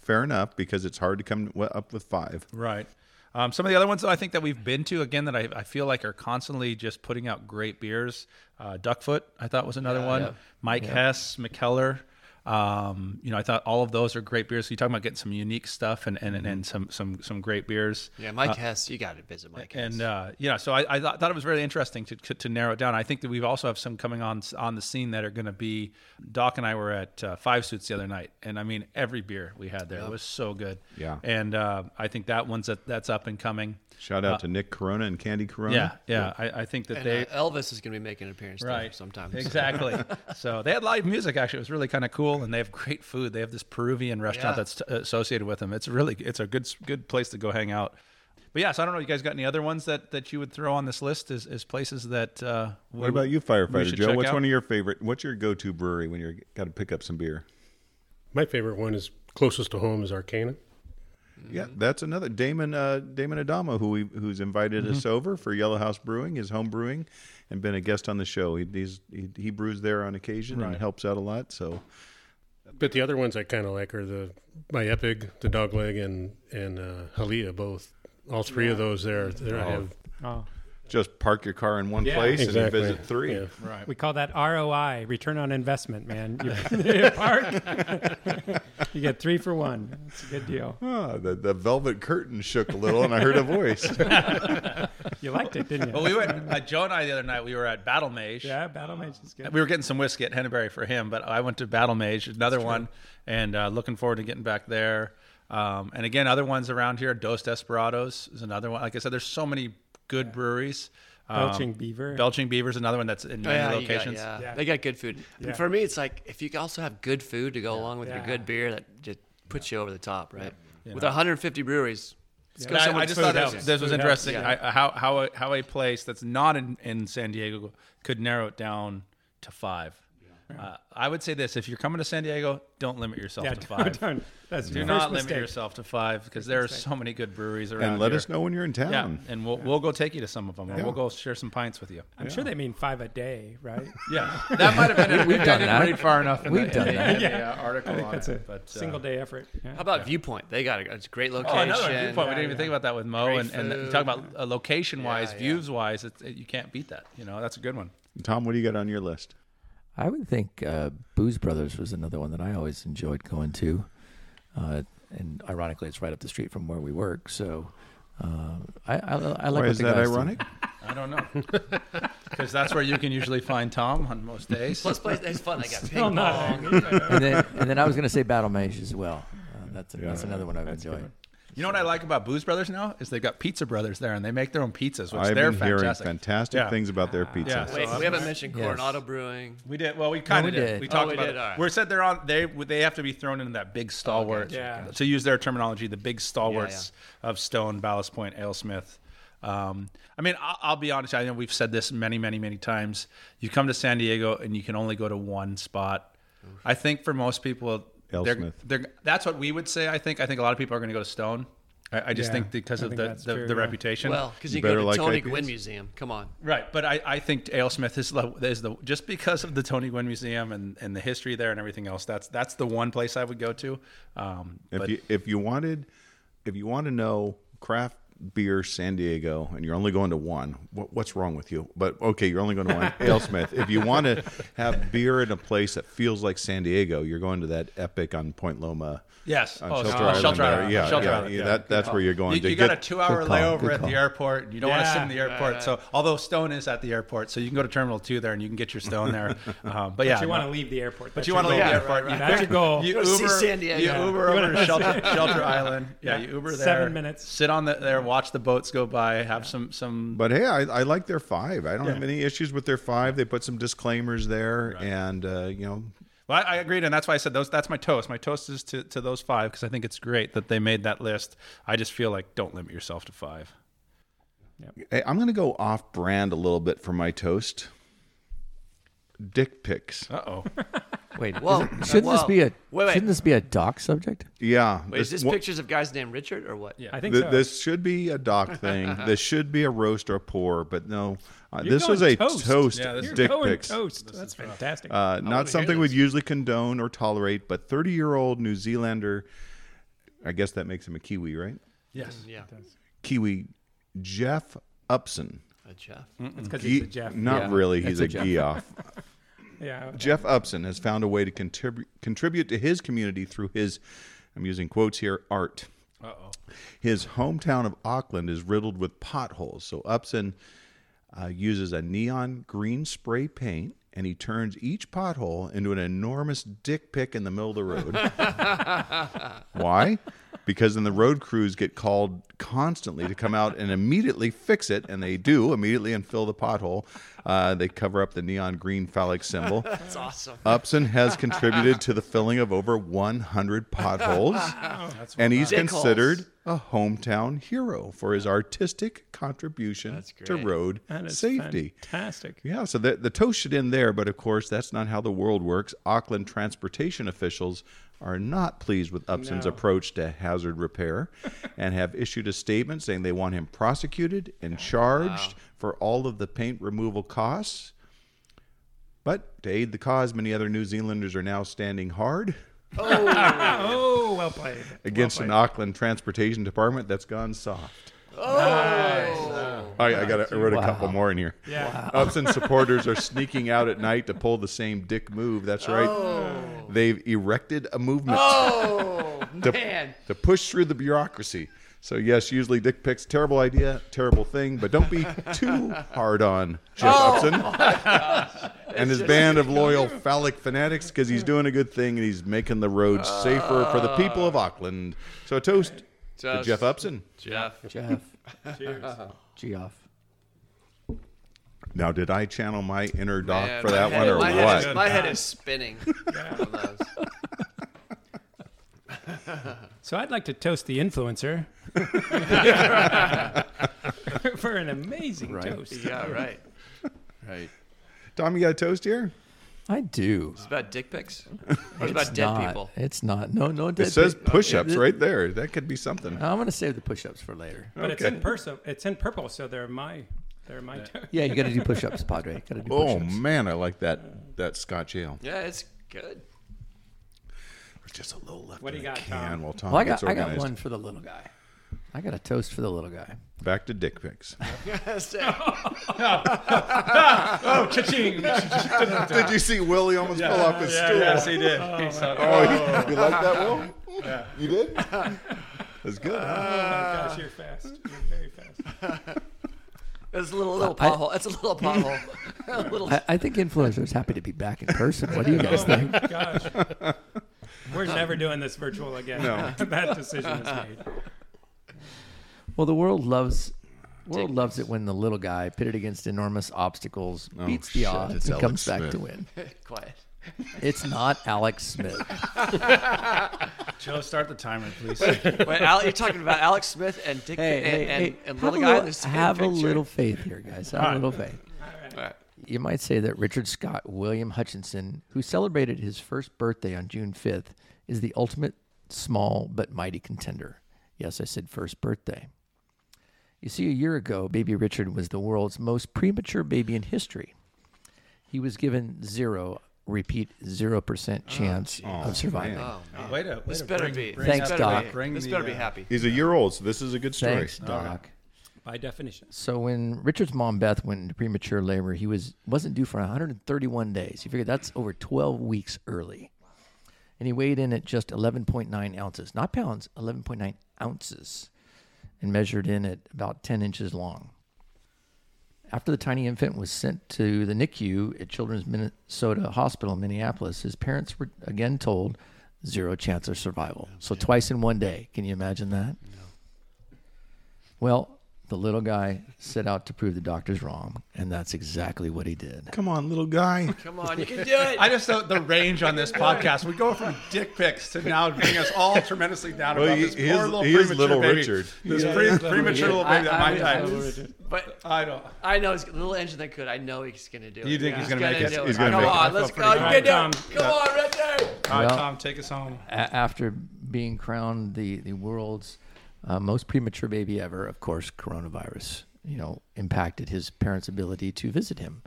S4: fair enough because it's hard to come w- up with five.
S5: Right. Um, some of the other ones that I think that we've been to again that I, I feel like are constantly just putting out great beers. Uh, Duckfoot, I thought was another one. Mike Hess, McKellar. Um, you know, I thought all of those are great beers. So you're talking about getting some unique stuff and and, and, and some some some great beers.
S3: Yeah, Mike Hess, you got to visit Mike Hess.
S5: Uh, And uh, yeah, so I, I thought thought it was really interesting to, to, to narrow it down. I think that we also have some coming on on the scene that are going to be. Doc and I were at uh, Five Suits the other night, and I mean every beer we had there was so good.
S4: Yeah.
S5: and uh, I think that one's that that's up and coming.
S4: Shout out to Nick Corona and Candy Corona.
S5: Uh, Yeah, yeah, I, I think that
S3: And,
S5: they
S3: uh, Elvis is going to be making an appearance there sometimes.
S5: Exactly. so they had live music. Actually, it was really kind of cool, and they have great food. They have this Peruvian restaurant
S3: Yeah.
S5: that's t- associated with them. It's really it's a good good place to go hang out. But yeah, so I don't know. You guys got any other ones that that you would throw on this list as, as places that? Uh, we,
S4: What about you,
S5: we
S4: firefighter
S5: should
S4: Joe?
S5: check
S4: What's
S5: out?
S4: one of your favorite? What's your go-to brewery when you're got to pick up some beer?
S8: My favorite one is closest to home is Arcana.
S4: Yeah, that's another Damon uh, Damon Adamo who we, who's invited us over for Yellow House Brewing, his home brewing, and been a guest on the show. He he's, he, he brews there on occasion and helps out a lot. So
S8: But the other ones I kind of like are the my Epic, the Dogleg, and and uh, Halia both. All three of those there. There
S4: Oh,
S8: I have
S7: Oh.
S4: just park your car in one
S7: Yeah.
S4: place
S8: exactly
S4: and visit three.
S8: Yeah.
S7: We call that ROI, return on investment, man. You, park, you get three for one. It's a good deal.
S4: Ah, the the velvet curtain shook a little, and I heard a voice.
S7: You liked it, didn't you?
S5: Well, we went. Uh, Joe and I the other night we were at Battle Mage.
S7: yeah, Battle Mage is good.
S5: We were getting some whiskey at Henneberry for him, but I went to Battle Mage, another one, and uh, looking forward to getting back there. Um, and again, other ones around here, Dos Desperados is another one. Like I said, there's so many good breweries. Um,
S7: Belching Beaver.
S5: Belching Beaver is another one that's in
S3: Oh,
S5: many
S3: yeah, you got-
S5: locations.
S3: yeah.
S7: Yeah.
S3: they got good food. And
S7: Yeah.
S3: For me, it's like if you can also have good food to go along with your
S7: Yeah.
S3: good beer, that just puts you over the top, right? With 150 breweries, let's go
S5: And I- I,
S3: somewhere
S5: just
S3: food
S5: thought
S3: helps.
S5: this, this was
S7: Food helps,
S5: interesting.
S3: yeah.
S5: I, how how a, how a place that's not in, in San Diego could narrow it down to five. Uh, I would say this: if you're coming to San Diego, don't limit yourself
S7: yeah,
S5: to 5
S7: don't, don't. That's
S5: Do
S7: your
S5: not
S7: first
S5: limit
S7: mistake.
S5: yourself to five because there are so many good breweries around.
S4: and let
S5: here.
S4: us know when you're in
S5: Yeah,
S4: town.
S5: and we'll we'll go take you to some of them, or
S4: Yeah.
S5: we'll go share some pints with you.
S7: I'm sure they mean five a day, right?
S5: Yeah, that might have been. It. We've
S6: done
S5: done it
S6: that.
S5: read far enough in
S6: We've
S5: the,
S6: done
S5: in the-
S6: that.
S5: in the, uh, article on
S7: That's
S5: it.
S7: a
S5: but, uh,
S7: single day effort. Yeah.
S3: How about Viewpoint? They got a, it's a great
S5: Oh,
S3: location.
S5: another viewpoint. we didn't even think about that with Mo,
S3: Great
S5: and, and you
S3: food.
S5: talk about uh, location wise,
S3: Yeah, yeah.
S5: views wise, it, you can't beat that. You know, that's a good one.
S4: Tom, what do you got on your list?
S6: I would think uh, Booze Brothers was another one that I always enjoyed going to, uh, and ironically, it's right up the street from where we work. So uh, I, I, I like.
S4: Why
S6: what
S4: is
S6: the
S4: that
S6: guys do.
S4: ironic?
S5: I don't know. Because that's where you can usually find Tom on most days.
S3: Plus, play, it's fun. I got ping
S7: Still
S3: pong.
S7: not
S6: And then, and then I was going to say Battle Mage as well. Uh, that's that's another one I've enjoyed.
S5: You know what I like about Booze Brothers now is they've got Pizza Brothers there, and they make their own pizzas, which
S4: I've
S5: they're
S4: been hearing
S5: fantastic.
S4: fantastic
S5: Yeah.
S4: things about their pizza.
S5: Yeah.
S3: Wait, we haven't mentioned
S6: Yes.
S3: Coronado Brewing.
S5: We did. Well, we kind
S6: we
S5: of did.
S6: did.
S5: We
S6: Oh,
S5: talked
S3: we
S5: about
S3: did,
S5: it.
S3: all right.
S5: We said they're on. They they have to be thrown into that big stalwart.
S7: Yeah.
S5: To use their terminology, the big stalwarts of Stone, Ballast Point, Alesmith. Um, I mean, I'll, I'll be honest. I know we've said this many, many, many times. You come to San Diego and you can only go to one spot. I think for most people, they're,
S4: Alesmith.
S5: they're, that's what we would say. I think. I think a lot of people are going to go to Stone. I, I just
S7: Yeah,
S5: think because
S7: I
S5: of
S7: think
S5: the
S7: that's
S5: the,
S7: true,
S5: the
S7: yeah.
S5: reputation.
S3: Well, because
S4: You
S3: you, go
S4: better
S3: to
S4: like
S3: Tony
S4: IPAs?
S3: Gwynn Museum. Come on.
S5: Right, but I, I think Alesmith is, lo- is the just because of the Tony Gwynn Museum and, and the history there and everything else. That's that's the one place I would go to. Um,
S4: If
S5: but
S4: you if you wanted if you want to know craft beer San Diego and you're only going to one, what, what's wrong with you? But okay, you're only going to one. Alesmith. If you want to have beer in a place that feels like San Diego, you're going to that epic on Point Loma.
S5: yes,
S4: On
S5: oh,
S4: Shelter
S5: Shelter,
S4: Island
S5: Shelter
S4: there.
S5: Island,
S4: Yeah,
S5: Shelter
S4: yeah,
S5: Island,
S4: yeah,
S5: yeah.
S4: that- that's where you're going
S5: You,
S4: to
S5: you
S4: get-
S5: got a two-hour
S6: good call,
S5: layover
S6: good
S5: at the
S6: call.
S5: airport. And you don't want to
S7: Yeah.
S5: sit in the airport. So although Stone is at the airport, so you can go to Terminal Two there and you can get your Stone there. Um, but yeah,
S7: you
S5: no.
S7: want to leave the airport.
S5: But you want to leave the airport. You
S7: That's your goal.
S5: You
S3: Go see
S5: Uber,
S3: San Diego.
S5: You Uber
S7: You
S5: over
S7: wanna
S5: to Shelter, Shelter Island. Yeah,
S7: Yeah.
S5: you Uber there.
S7: Seven minutes.
S5: Sit on the, there, watch the boats go by, have some some.
S4: But hey, I, I like their five. I don't have any issues with their five. They put some disclaimers there, and uh, you know,
S5: Well, I, I agreed, and that's why I said those. That's my toast. My toast is to, to those five because I think it's great that they made that list. I just feel like don't limit yourself to five.
S4: hey, I'm going to go off brand a little bit for my toast. Dick pics.
S5: Uh oh.
S6: Wait,
S3: Whoa,
S6: isn't- shouldn't this
S3: whoa.
S6: be a
S3: Wait, wait.
S6: shouldn't this be a doc subject?
S4: Yeah.
S3: Wait, is this
S4: one-
S3: pictures of guys named Richard or what?
S7: I think
S4: Th-
S7: so.
S4: This should be a doc thing. this should be a roast or a pour, but no, uh,
S7: You're
S4: this was
S7: going
S4: a toast,
S5: Yeah, this is-
S7: You're
S4: dick
S7: going
S4: pics.
S7: toast. That's fantastic.
S4: Uh, not something we'd usually condone or tolerate, but 30 year old New Zealander, I guess that makes him a Kiwi, right?
S5: Yes.
S3: Yeah.
S4: Kiwi Jeff Upson.
S3: A Jeff.
S7: That's because he's a
S4: Ge-
S7: Jeff.
S4: Not
S6: Yeah,
S4: really.
S6: that's
S4: He's
S6: a
S4: a,
S6: Jeff.
S4: gee off.
S7: Yeah.
S4: Jeff Upson has found a way to contribute contribute to his community through his, I'm using quotes here, art. His hometown of Auckland is riddled with potholes. So Upson uh, uses a neon green spray paint and he turns each pothole into an enormous dick pic in the middle of the road. Why? Because then the road crews get called constantly to come out and immediately fix it, and they do immediately and fill the pothole. Uh, they cover up the neon green phallic symbol.
S3: That's awesome.
S4: Upson has contributed to the filling of over 100 potholes, and he's
S3: Dick holes.
S4: considered a hometown hero for his artistic contribution to
S3: great.
S4: road
S7: That is
S4: safety.
S7: Fantastic.
S4: Yeah, so the, the toast should end there, but of course, that's not how the world works. Auckland transportation officials are not pleased with Upson's approach to hazard repair and have issued a statement saying they want him prosecuted and charged for all of the paint removal costs. But to aid the cause, many other New Zealanders are now standing hard
S7: Oh, well played.
S4: against an Auckland transportation department that's gone soft. Oh, I, I got. I wrote a couple more in here.
S7: Yeah.
S4: Upson supporters are sneaking out at night to pull the same dick move. That's right. They've erected a movement
S3: Oh,
S4: to,
S3: man.
S4: to push through the bureaucracy. So yes, usually dick pics, terrible idea, terrible thing, but don't be too hard on Jeff
S3: Oh.
S4: Upson and his band of loyal phallic fanatics because he's doing a good thing and he's making the roads safer for the people of Auckland. So a toast to
S3: Toast.
S4: Jeff Upson.
S3: Jeff.
S6: Jeff. Cheers. Geoff.
S4: Now, did I channel my inner doc
S3: Man,
S4: for
S3: my
S4: that
S3: head-
S4: one or
S3: my
S4: what?
S3: Head is, my head is spinning. from those.
S7: So I'd like to toast the influencer for an amazing toast.
S3: Yeah, right. Right.
S4: Tom, you got a toast here?
S6: I do.
S3: It's about dick pics. Or it's about dead
S6: Not-
S3: people.
S6: It's not. No, no.
S4: It says push-ups right there. oh, That Oh, could be something.
S6: I'm gonna save the push-ups for later.
S7: But it's
S4: Okay.
S7: in person. It's in purple, so they're my they're my toast.
S6: Yeah, you got to do push-ups, Padre. Got to do
S4: Oh
S6: push-ups.
S4: man, I like that that Scotch ale.
S3: Yeah, it's good.
S4: Just a little left
S7: What do
S4: in
S7: you
S4: the
S7: got,
S4: can
S7: Tom?
S4: while Tom
S6: Well, I
S4: gets
S6: got Oh, I got
S4: organized.
S6: one for the little guy. I got a toast for the little guy.
S4: Back to dick pics.
S5: Oh, cha-ching.
S4: Did you see Willie almost fell off his stool?
S5: yes, he did. He saw-
S4: Oh, you- you like that, Will? You did? That's good. huh?
S7: Gosh, you're fast. You're very fast.
S3: That's a little little pothole. That's a little pothole. a little.
S6: I, I think influencers happy to be back in person. What do you
S3: Oh,
S6: guys think?
S7: Oh Gosh. We're
S5: Uh,
S7: never doing this virtual again. that decision is made.
S6: Well, the world loves world loves it when the little guy pitted against enormous obstacles
S3: Oh,
S6: beats the
S4: shit,
S6: odds
S4: it's
S6: and
S4: Alex
S6: comes back to
S4: Smith.
S6: win.
S3: Quiet.
S6: It's not Alex Smith.
S5: Joe, start the timer, please.
S3: Wait, Al, you're talking about Alex Smith and Dick and, and, and
S6: have
S3: little
S6: a
S3: guy. in
S6: little,
S3: the same
S6: have a
S3: picture?
S6: little faith here, guys. Have a little faith. You might say that Richard Scott William Hutchinson, who celebrated his first birthday on June 5th, is the ultimate small but mighty contender. Yes, I said first birthday. You see, a year ago, baby Richard was the world's most premature baby in history. He was given zero, repeat, 0% chance of surviving.
S5: Wait a
S3: This better be.
S6: Thanks,
S3: this
S6: Doc.
S3: better be-
S5: Bring
S3: This
S5: the,
S3: better be
S5: uh,
S3: happy.
S4: He's a year old, so this is a good story.
S6: Thanks, Doc.
S7: By definition.
S6: So when Richard's mom Beth went into premature labor, he was wasn't due for 131 days. You figure that's over 12 weeks early, and he weighed in at just 11.9 ounces, not pounds, 11.9 ounces, and measured in at about 10 inches long. After the tiny infant was sent to the NICU at Children's Minnesota Hospital in Minneapolis, his parents were again told zero chance of survival. So twice in one day. Can you imagine that? Well, the little guy set out to prove the doctors wrong, and that's exactly what he did.
S4: Come on, little guy.
S3: Come on, you can do it.
S5: I just know the range on this podcast. We go from dick pics to now bring us all tremendously down
S4: Well,
S5: about
S4: he-
S5: this poor
S4: he is-
S5: little
S4: he is
S5: premature
S4: Little
S5: baby.
S4: Richard.
S5: This pre- premature little baby that might die.
S3: But
S5: I don't.
S3: I know it's the little engine that could. I know he's gonna do it.
S5: You think he's gonna make it?
S3: do
S4: He's gonna
S3: Come
S4: make it.
S3: on,
S5: I
S3: let's
S5: felt
S3: go.
S5: pretty
S3: You can do
S7: Tom.
S3: it. Come on, right there.
S5: All right,
S6: Well-
S5: Tom, take us home.
S6: A- after being crowned the, the world's uh, most premature baby ever, of course, coronavirus, you know, impacted his parents' ability to visit him.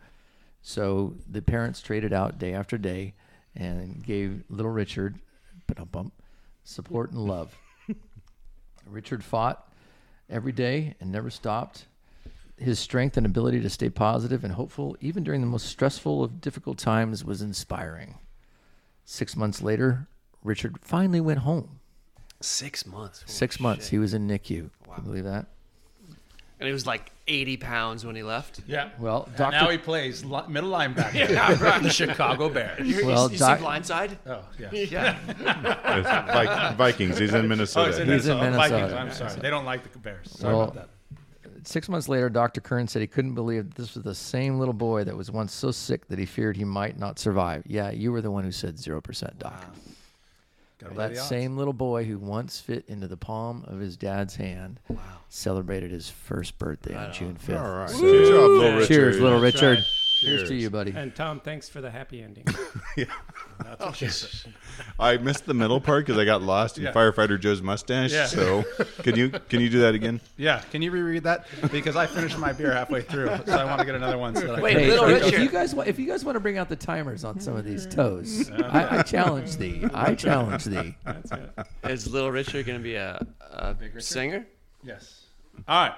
S6: So the parents traded out day after day and gave little Richard ba-dum-bum, support and love. Richard fought every day and never stopped. His strength and ability to stay positive and hopeful, even during the most stressful of difficult times, was inspiring. Six months later, Richard finally went home.
S3: Six months.
S6: Six months. He was in NICU. Can you believe that?
S3: And he was like 80 pounds when he left.
S5: Yeah.
S6: Well,
S5: And
S6: Dr.
S5: now he plays li- middle linebacker for the Chicago Bears.
S3: You,
S6: Well,
S3: you, you
S6: Doc-
S3: see Blindside?
S5: Oh yeah.
S3: Yeah.
S4: It's Vi- Vikings. He's in
S5: Oh,
S4: Minnesota.
S5: it's in
S6: He's in
S5: Minnesota. Vikings.
S6: Minnesota.
S5: I'm sorry. They don't like the Bears. Sorry
S6: Well,
S5: about that.
S6: Six months later, Dr. Kern said he couldn't believe that this was the same little boy that was once so sick that he feared he might not survive. Yeah, you were the one who said 0%, Doc.
S5: Gotta
S6: Well,
S5: play
S6: that
S5: the odds.
S6: same little boy who once fit into the palm of his dad's hand celebrated his first birthday on June 5th.
S4: All right. Good job, little Richard.
S6: Cheers, little Richard. Cheers
S4: Cheers.
S6: to you, buddy.
S7: And Tom, thanks for the happy ending.
S4: I missed the middle part because I got lost in
S5: Yeah.
S4: firefighter Joe's mustache.
S5: Yeah.
S4: So can you can you do that again?
S5: Yeah. Can you reread that? Because I finished my beer halfway through, so I want to get another one. So that I
S3: Wait,
S5: can-
S6: Hey,
S3: Little
S6: if, if
S3: Richard.
S6: you guys want, if you guys want to bring out the timers on some of these toasts, I, I challenge thee. I challenge thee.
S7: That's it.
S3: Is Little Richard going to be a, a singer?
S5: Yes. All right.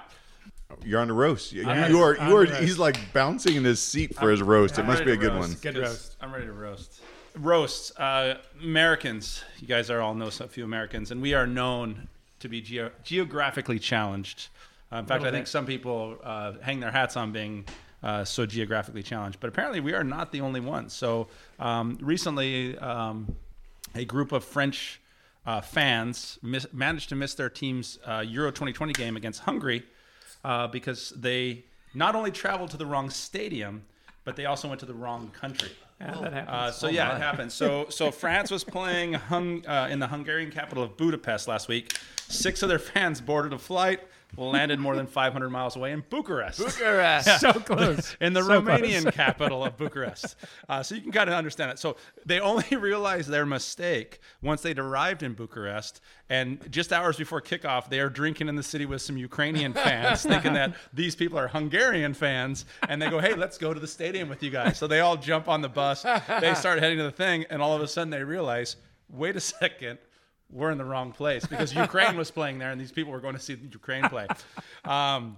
S4: You're on a roast. You, you are you are.
S7: roast.
S4: He's like bouncing in his seat for his roast. It must be a good one.
S7: Good roast.
S5: I'm ready to roast. Roasts. Uh, Americans, you guys are all know some- a few Americans, and we are known to be geo geographically challenged. Uh, in fact, I think some people uh, hang their hats on being uh, so geographically challenged, but apparently we are not the only ones. So um, recently, um, a group of French uh, fans mis- managed to miss their team's uh, Euro 2020 game against Hungary uh, because they not only traveled to the wrong stadium, but they also went to the wrong country.
S7: Yeah, that happens.
S5: Uh, so yeah, it happened. So so France was playing hung, uh, in the Hungarian capital of Budapest last week. Six of their fans boarded a flight, landed more than 500 miles away in Bucharest.
S3: Bucharest.
S7: so close.
S5: In the
S7: So close.
S5: Romanian capital of Bucharest. Uh, so you can kind of understand it. So they only realized their mistake once they'd arrived in Bucharest. And just hours before kickoff, they are drinking in the city with some Ukrainian fans, thinking that these people are Hungarian fans. And they go, hey, let's go to the stadium with you guys. So they all jump on the bus. They start heading to the thing. And all of a sudden they realize, wait a second we're in the wrong place because Ukraine was playing there and these people were going to see Ukraine play. Um,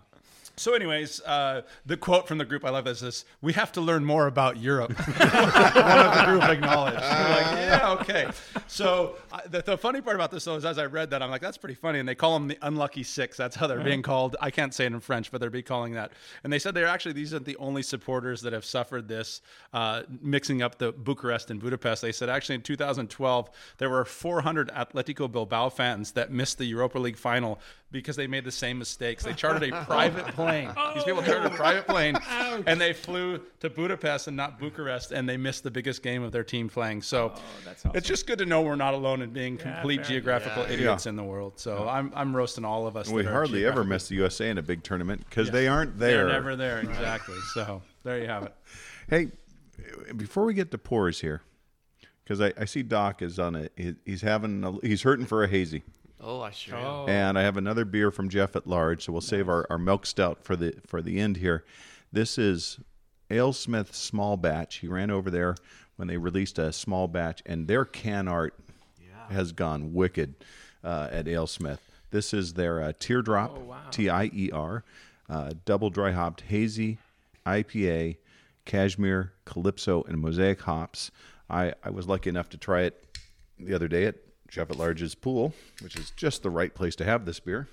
S5: so, anyways, uh, the quote from the group I love is this: "We have to learn more about Europe." One of the group acknowledged. They're like, yeah, okay. So, I, the, the funny part about this though is, as I read that, I'm like, that's pretty funny. And they call them the unlucky six. That's how they're being called. I can't say it in French, but they're be calling that. And they said they're actually these aren't the only supporters that have suffered this uh, mixing up the Bucharest and Budapest. They said actually in 2012 there were 400 Atletico Bilbao fans that missed the Europa League final because they made the same mistakes. They chartered a private plane. These people chartered a private plane and they flew to Budapest and not Bucharest, and they missed the biggest game of their team playing. So it's just good to know we're not alone in being complete geographical idiots in the world. So I'm, I'm roasting all of us.
S4: We
S5: that are
S4: hardly ever
S5: geographic-
S4: miss the USA in a big tournament because they aren't there.
S5: They're never there, exactly. So there you have it.
S4: Hey, before we get to pores here, because I, I see Doc is on a he- he's having a, he's hurting for a hazy,
S3: Oh, I sure. am.
S7: Oh,
S4: and I have another beer from Jeff at large, so we'll save our, our milk stout for the for the end here. This is AleSmith small batch. He ran over there when they released a small batch, and their can art has gone wicked uh, at AleSmith. This is their uh, teardrop, T I E R, uh, double dry hopped hazy IPA, cashmere, calypso, and mosaic hops. I, I was lucky enough to try it the other day at Jeff at Large's pool, which is just the right place to have this beer.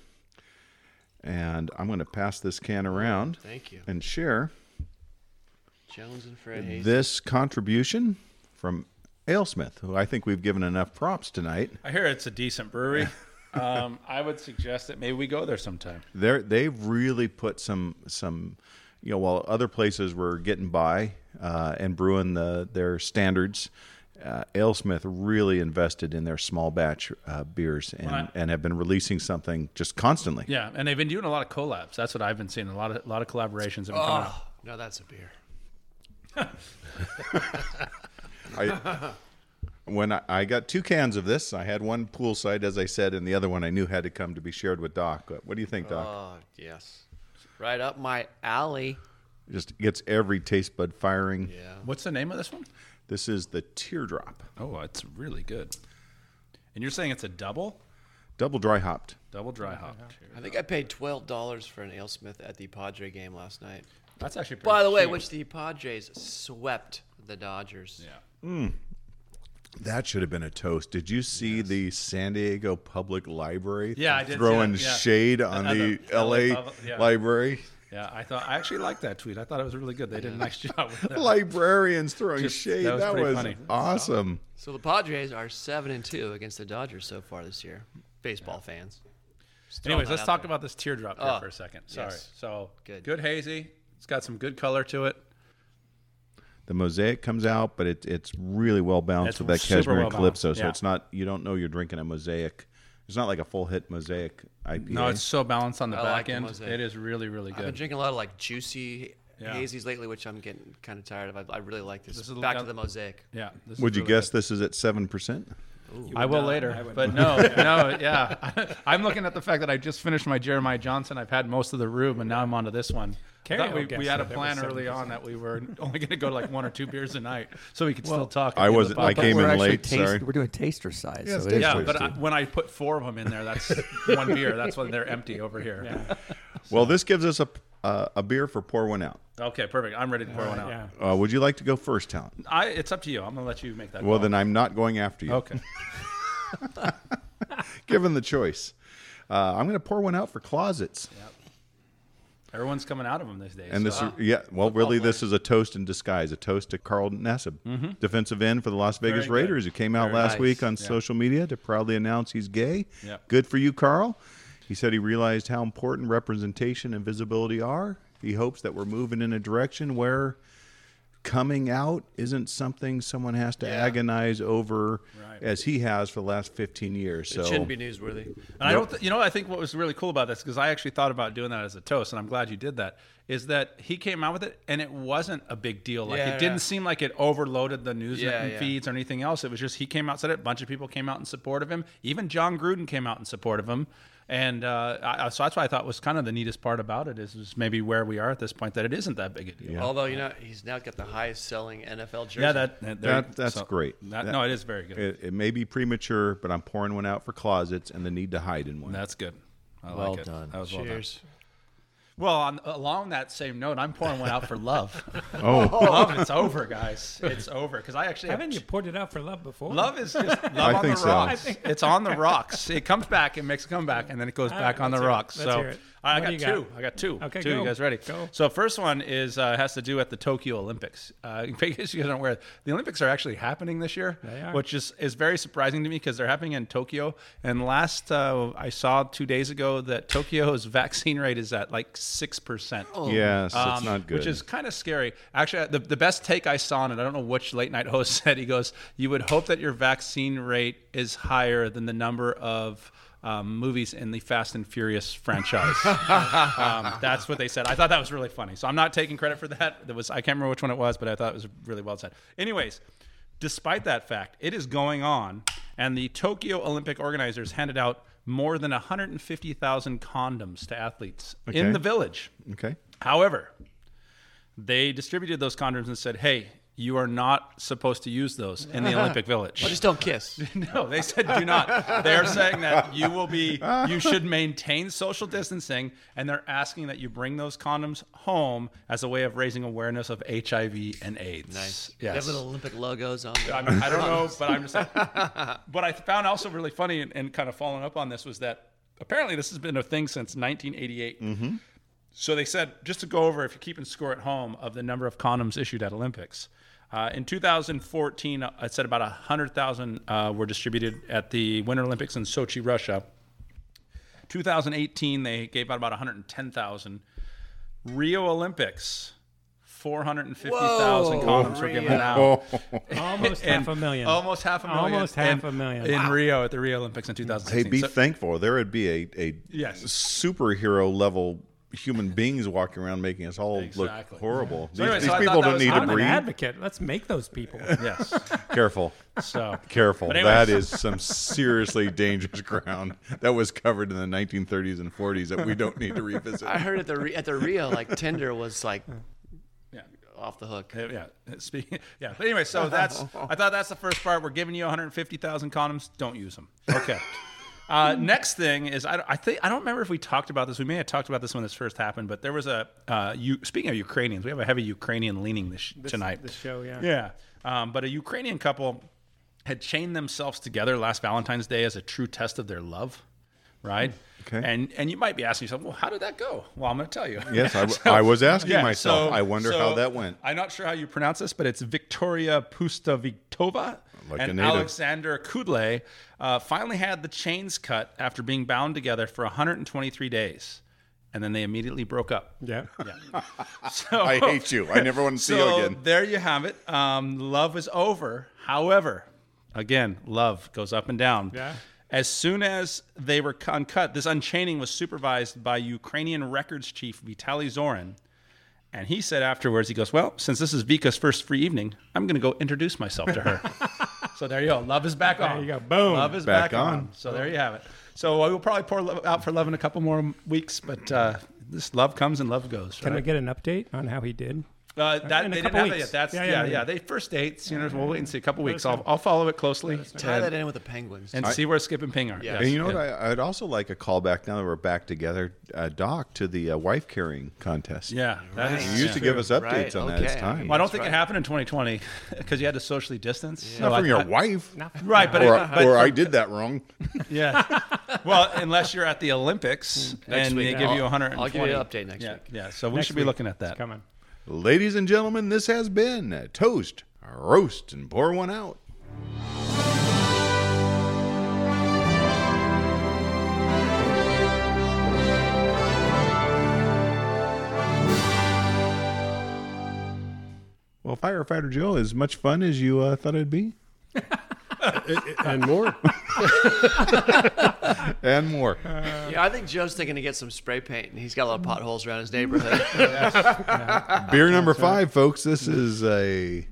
S4: And I'm going to pass this can around
S3: Thank you.
S4: and share
S3: Jones and Fred Hayes.
S4: this contribution from Alesmith, who I think we've given enough props tonight.
S5: I hear it's a decent brewery. Um, I would suggest that maybe we go there sometime.
S4: They're, they've really put some some, you know, while other places were getting by uh, and brewing the their standards, uh, Alesmith really invested in their small batch uh, beers and,
S5: Right.
S4: and have been releasing something just constantly.
S5: Yeah, and they've been doing a lot of collabs. That's what I've been seeing. A lot of a lot of collaborations have been coming out.
S3: Oh, no, that's a beer.
S4: I, when I, I got two cans of this, I had one poolside, as I said, and the other one I knew had to come to be shared with Doc. What do you think, Doc?
S5: Uh,
S3: Oh, yes. Right up my alley.
S4: just gets every taste bud firing.
S3: Yeah.
S5: What's the name of this one?
S4: This is the teardrop,
S5: Oh, it's really good. And you're saying it's a double,
S4: double dry hopped.
S5: double dry hop.
S3: I think I paid twelve dollars for an AleSmith at the Padre game last night.
S5: That's actually pretty
S3: By the way,
S5: cheap.
S3: which the Padres swept the Dodgers.
S5: yeah,
S4: That should have been a toast. Did you see the San Diego Public Library?
S5: Yeah, I did see
S4: throwing
S5: that, yeah.
S4: shade on
S5: Uh,
S4: the,
S5: the
S4: L.A.
S5: public- yeah.
S4: library.
S5: yeah. I thought I actually liked that tweet. I thought it was really good. They did a nice job with that.
S4: Librarians throwing
S5: Just-
S4: shade.
S5: that was
S4: That was,
S5: pretty funny.
S4: awesome.
S3: So the Padres are seven and two against the Dodgers so far this year. Baseball fans. Just throwing
S5: Anyways,
S3: that
S5: let's
S3: out
S5: talk
S3: there.
S5: about this teardrop here
S3: Oh,
S5: for a second. Sorry.
S3: yes.
S5: So
S3: Good.
S5: good hazy. It's got some good color to it.
S4: The mosaic comes out, but it, it's really well balanced
S5: It's
S4: with that
S5: super
S4: cashmere
S5: well
S4: and calypso.
S5: balanced,
S4: So
S5: yeah.
S4: it's not you don't know you're drinking a mosaic. It's not like a full hit mosaic IPA.
S5: No, it's so balanced on the
S3: I
S5: back
S3: like the
S5: end.
S3: mosaic.
S5: It is really, really
S3: I've been
S5: good.
S3: drinking a lot of like juicy
S5: Yeah.
S3: hazies lately, which I'm getting kind of tired of. I, I really like this.
S5: This is a-
S3: Back to the mosaic.
S5: Yeah. this is
S4: Would you
S5: really
S4: guess this is at seven percent?
S5: good. I will later, but no, no, yeah. I'm looking at the fact that I just finished my Jeremiah Johnson. I've had most of the room, and now I'm onto this one. I
S7: Carrie
S5: thought
S7: will
S5: we,
S7: guess
S5: we had a
S7: that there was
S5: plan early on that we were only going to go to like one or two beers a night, so we could still talk. at
S4: I
S5: the end of
S4: wasn't-
S5: the
S4: I
S5: podcast.
S4: came
S6: we're
S4: in
S6: actually
S4: late,
S6: taste-
S4: sorry.
S6: We're doing taster size.
S4: Yeah, it's
S6: so it is
S5: Yeah,
S4: Please
S5: but
S4: do.
S5: I, when I put four of them in there, that's one beer. That's why they're empty over here.
S4: Well, this gives us a uh, a beer for pour one out.
S5: Okay, perfect. I'm ready to pour one out.
S7: yeah.
S4: Uh, would you like to go first, Talent?
S5: I, it's up to you. I'm gonna let you make that.
S4: Well,
S5: call.
S4: then I'm not going after you,
S5: okay.
S4: given the choice. Uh, I'm going to pour one out for closets,
S5: Everyone's coming out of them these days.
S4: and this,
S5: so- oh,
S4: yeah, well, really, this is a toast in disguise, a toast to Carl Nassib, defensive end for the Las Vegas
S5: Mm-hmm. Very good.
S4: Raiders, who came out
S5: Very
S4: last
S3: nice.
S4: week on social media to proudly announce he's gay.
S5: Yeah.
S4: Good for you, Carl. He said he realized how important representation and visibility are. He hopes that we're moving in a direction where coming out isn't something someone has to agonize over,
S5: Right.
S4: as he has for the last 15 years. So
S3: It shouldn't be newsworthy.
S5: And I don't, th- you know, I think what was really cool about this because I actually thought about doing that as a toast, and I'm glad you did that. Is that he came out with it, and it wasn't a big deal. Like
S3: Yeah,
S5: it didn't
S3: yeah.
S5: seem like it overloaded the news
S3: Yeah,
S5: and
S3: yeah.
S5: feeds or anything else. It was just he came out said it. A bunch of people came out in support of him. Even John Gruden came out in support of him. And uh, I, I- so that's what I thought was kind of the neatest part about it is, is maybe where we are at this point that it isn't that big a deal.
S3: Although you know he's now got the highest selling NFL jersey.
S5: Yeah, that, that, there-
S4: That- that's great.
S5: that-
S4: That-
S5: no, it is very good.
S4: It, it may be premature, but I'm pouring one out for closets and the need to hide in one.
S5: that's good. I
S6: Well
S5: like it.
S6: done.
S5: That was well done.
S3: Cheers.
S5: Well, on, along that same note, I'm pouring one out for love.
S4: oh,
S5: love, it's over, guys. It's over because I actually have
S7: Haven't you poured it out for love before?
S5: uh, Love is just love
S4: I
S5: on
S4: think
S5: the
S4: so. I
S5: rocks.
S7: think-
S5: It's on the rocks. It comes back, it makes a comeback, and then it goes
S7: All
S5: back
S7: right,
S5: on the
S7: let's hear it.
S5: rocks.
S7: Let's
S5: so
S7: hear it.
S5: I
S7: What
S5: got
S7: do you
S5: two.
S7: got?
S5: I got two.
S7: Okay,
S5: two.
S7: go.
S5: You guys ready?
S7: Go.
S5: So first one is uh, has to do with the Tokyo Olympics. Uh, in case you guys aren't aware, the Olympics are actually happening this year,
S7: They are.
S5: which is is very surprising to me because they're happening in Tokyo. And last uh, I saw two days ago that Tokyo's vaccine rate is at like six percent.
S7: Oh,
S4: yes, it's
S5: Um,
S4: not good.
S5: Which is kind of scary. Actually, the, the best take I saw on it, I don't know which late night host said, he goes, You would hope that your vaccine rate is higher than the number of. Um, movies in the Fast and Furious franchise. um, that's what they said. I thought that was really funny. So I'm not taking credit for that. That was I can't remember which one it was, but I thought it was really well said. Anyways, Despite that fact, it is going on, and the Tokyo Olympic organizers handed out more than 150,000 condoms to athletes
S4: Okay.
S5: in the village.
S4: okay.
S5: However, they distributed those condoms and said, hey, you are not supposed to use those in the Olympic Village.
S3: Just don't kiss.
S5: No, they said do not. They're saying that you will be, you should maintain social distancing, and they're asking that you bring those condoms home as a way of raising awareness of HIV and AIDS.
S3: Nice. They
S5: Yes.
S3: have little Olympic logos on.
S5: I,
S3: There.
S5: mean, I don't know, but I'm just. Like, what I found also really funny and, and kind of following up on this was that apparently this has been a thing since 1988. So they said just to go over if you're keeping score at home of the number of condoms issued at Olympics. Uh, in 2014, uh, it said about 100,000 uh, were distributed at the Winter Olympics in Sochi, Russia. 2018, they gave out about 110,000. Rio Olympics, 450,000 condoms were given out
S4: Oh.
S7: Almost
S5: and
S7: half a million.
S5: Almost half a million.
S7: Almost
S5: in-
S7: half a million.
S5: in Rio at the Rio Olympics in
S4: Hey,
S5: 2016.
S4: be
S5: So-
S4: thankful. There would be a, a
S5: Yes.
S4: superhero level human beings walking around making us all
S5: Exactly.
S4: look horrible. these
S5: So anyway, so
S4: these
S5: I thought
S4: people
S5: that
S4: don't
S5: was
S4: need to
S7: I'm an
S4: breathe.
S7: advocate. Let's make those people.
S5: yes.
S4: Careful.
S5: So
S4: Careful.
S5: But anyways.
S4: That is some seriously dangerous ground that was covered in the 1930s and 40s that we don't need to revisit.
S3: I heard at the Re- at the Rio like Tinder was like
S5: yeah.
S3: off the hook.
S5: Uh, Yeah, speaking. Yeah, but anyway, so that's. I thought that's the first part. We're giving you 150,000 condoms. Don't use them. Okay. Uh, next thing is I, I think I don't remember if we talked about this. We may have talked about this when this first happened, but there was a. Uh, you speaking of Ukrainians, we have a heavy Ukrainian leaning this, tonight.
S7: The show, yeah.
S5: Yeah. Um, but a Ukrainian couple had chained themselves together last Valentine's Day as a true test of their love, right?
S4: Okay.
S5: And and you might be asking yourself, well, how did that go? Well, I'm going to tell you.
S4: Yes, I, I was asking myself.
S5: so-
S4: I wonder
S5: so
S4: how that went.
S5: I'm not sure how you pronounce this, but it's Victoria Pustavitova
S4: Like a
S5: and
S4: native.
S5: Alexander Kudle uh, finally had the chains cut after being bound together for 123 days. And then they immediately broke up.
S7: yeah.
S5: So,
S4: I hate you. I never want to see
S5: so
S4: you again.
S5: there you have it. Um, love is over. However, again, love goes up and down.
S7: Yeah.
S5: As soon as they were uncut, this unchaining was supervised by Ukrainian records chief Vitaly Zorin. And he said afterwards, he goes, Well, since this is Vika's first free evening, I'm going to go introduce myself to her. so there you go. Love is back on.
S7: you go. Boom.
S5: Love is back,
S4: Back
S5: on.
S4: on.
S5: So there you have it. So we'll probably pour love out for love in a couple more weeks, but uh, this love comes and love goes.
S7: Can
S5: right?
S7: we get an update on how he did?
S5: Uh, that
S7: in a
S5: they didn't
S7: couple
S5: have that yet.
S7: weeks.
S5: That's yeah,
S7: Yeah,
S5: yeah.
S7: yeah, yeah.
S5: They first dates. You know, we'll wait and see. A couple weeks. I'll, I'll follow it closely
S3: Tie that
S5: and,
S3: in with the Penguins.
S5: and see where Skip and Ping are.
S3: Yeah.
S4: And you know what? I, I'd also like a callback now that we're back together, uh, Doc, to the uh, wife carrying contest.
S5: yeah, that is.
S4: You used to give us updates
S3: Right,
S4: on that. It's
S3: okay.
S4: time.
S5: Well, I don't
S3: That's
S5: think it
S3: right.
S5: happened in 2020 because you had to socially distance. So
S4: Not from
S5: I-
S4: your
S5: I-
S4: wife.
S5: Right, but,
S4: or,
S5: it, but
S4: or I did that wrong.
S5: yeah. well, unless you're at the Olympics
S3: Next
S5: and
S3: week.
S5: they give you
S3: I'll-
S5: 100.
S3: I'll give you an update next
S5: yeah,
S3: week.
S5: Yeah, so we
S7: Next
S5: should be
S7: week.
S5: looking at that.
S7: It's coming.
S4: Ladies and gentlemen, this has been Toast, Roast, and Pour One Out. Well, Firefighter Joe, as much fun as you uh, thought it'd be,
S8: and more.
S4: and more.
S3: Yeah, I think Joe's thinking to get some spray paint, and he's got a lot of potholes around his neighborhood.
S4: Beer number five, folks. This is a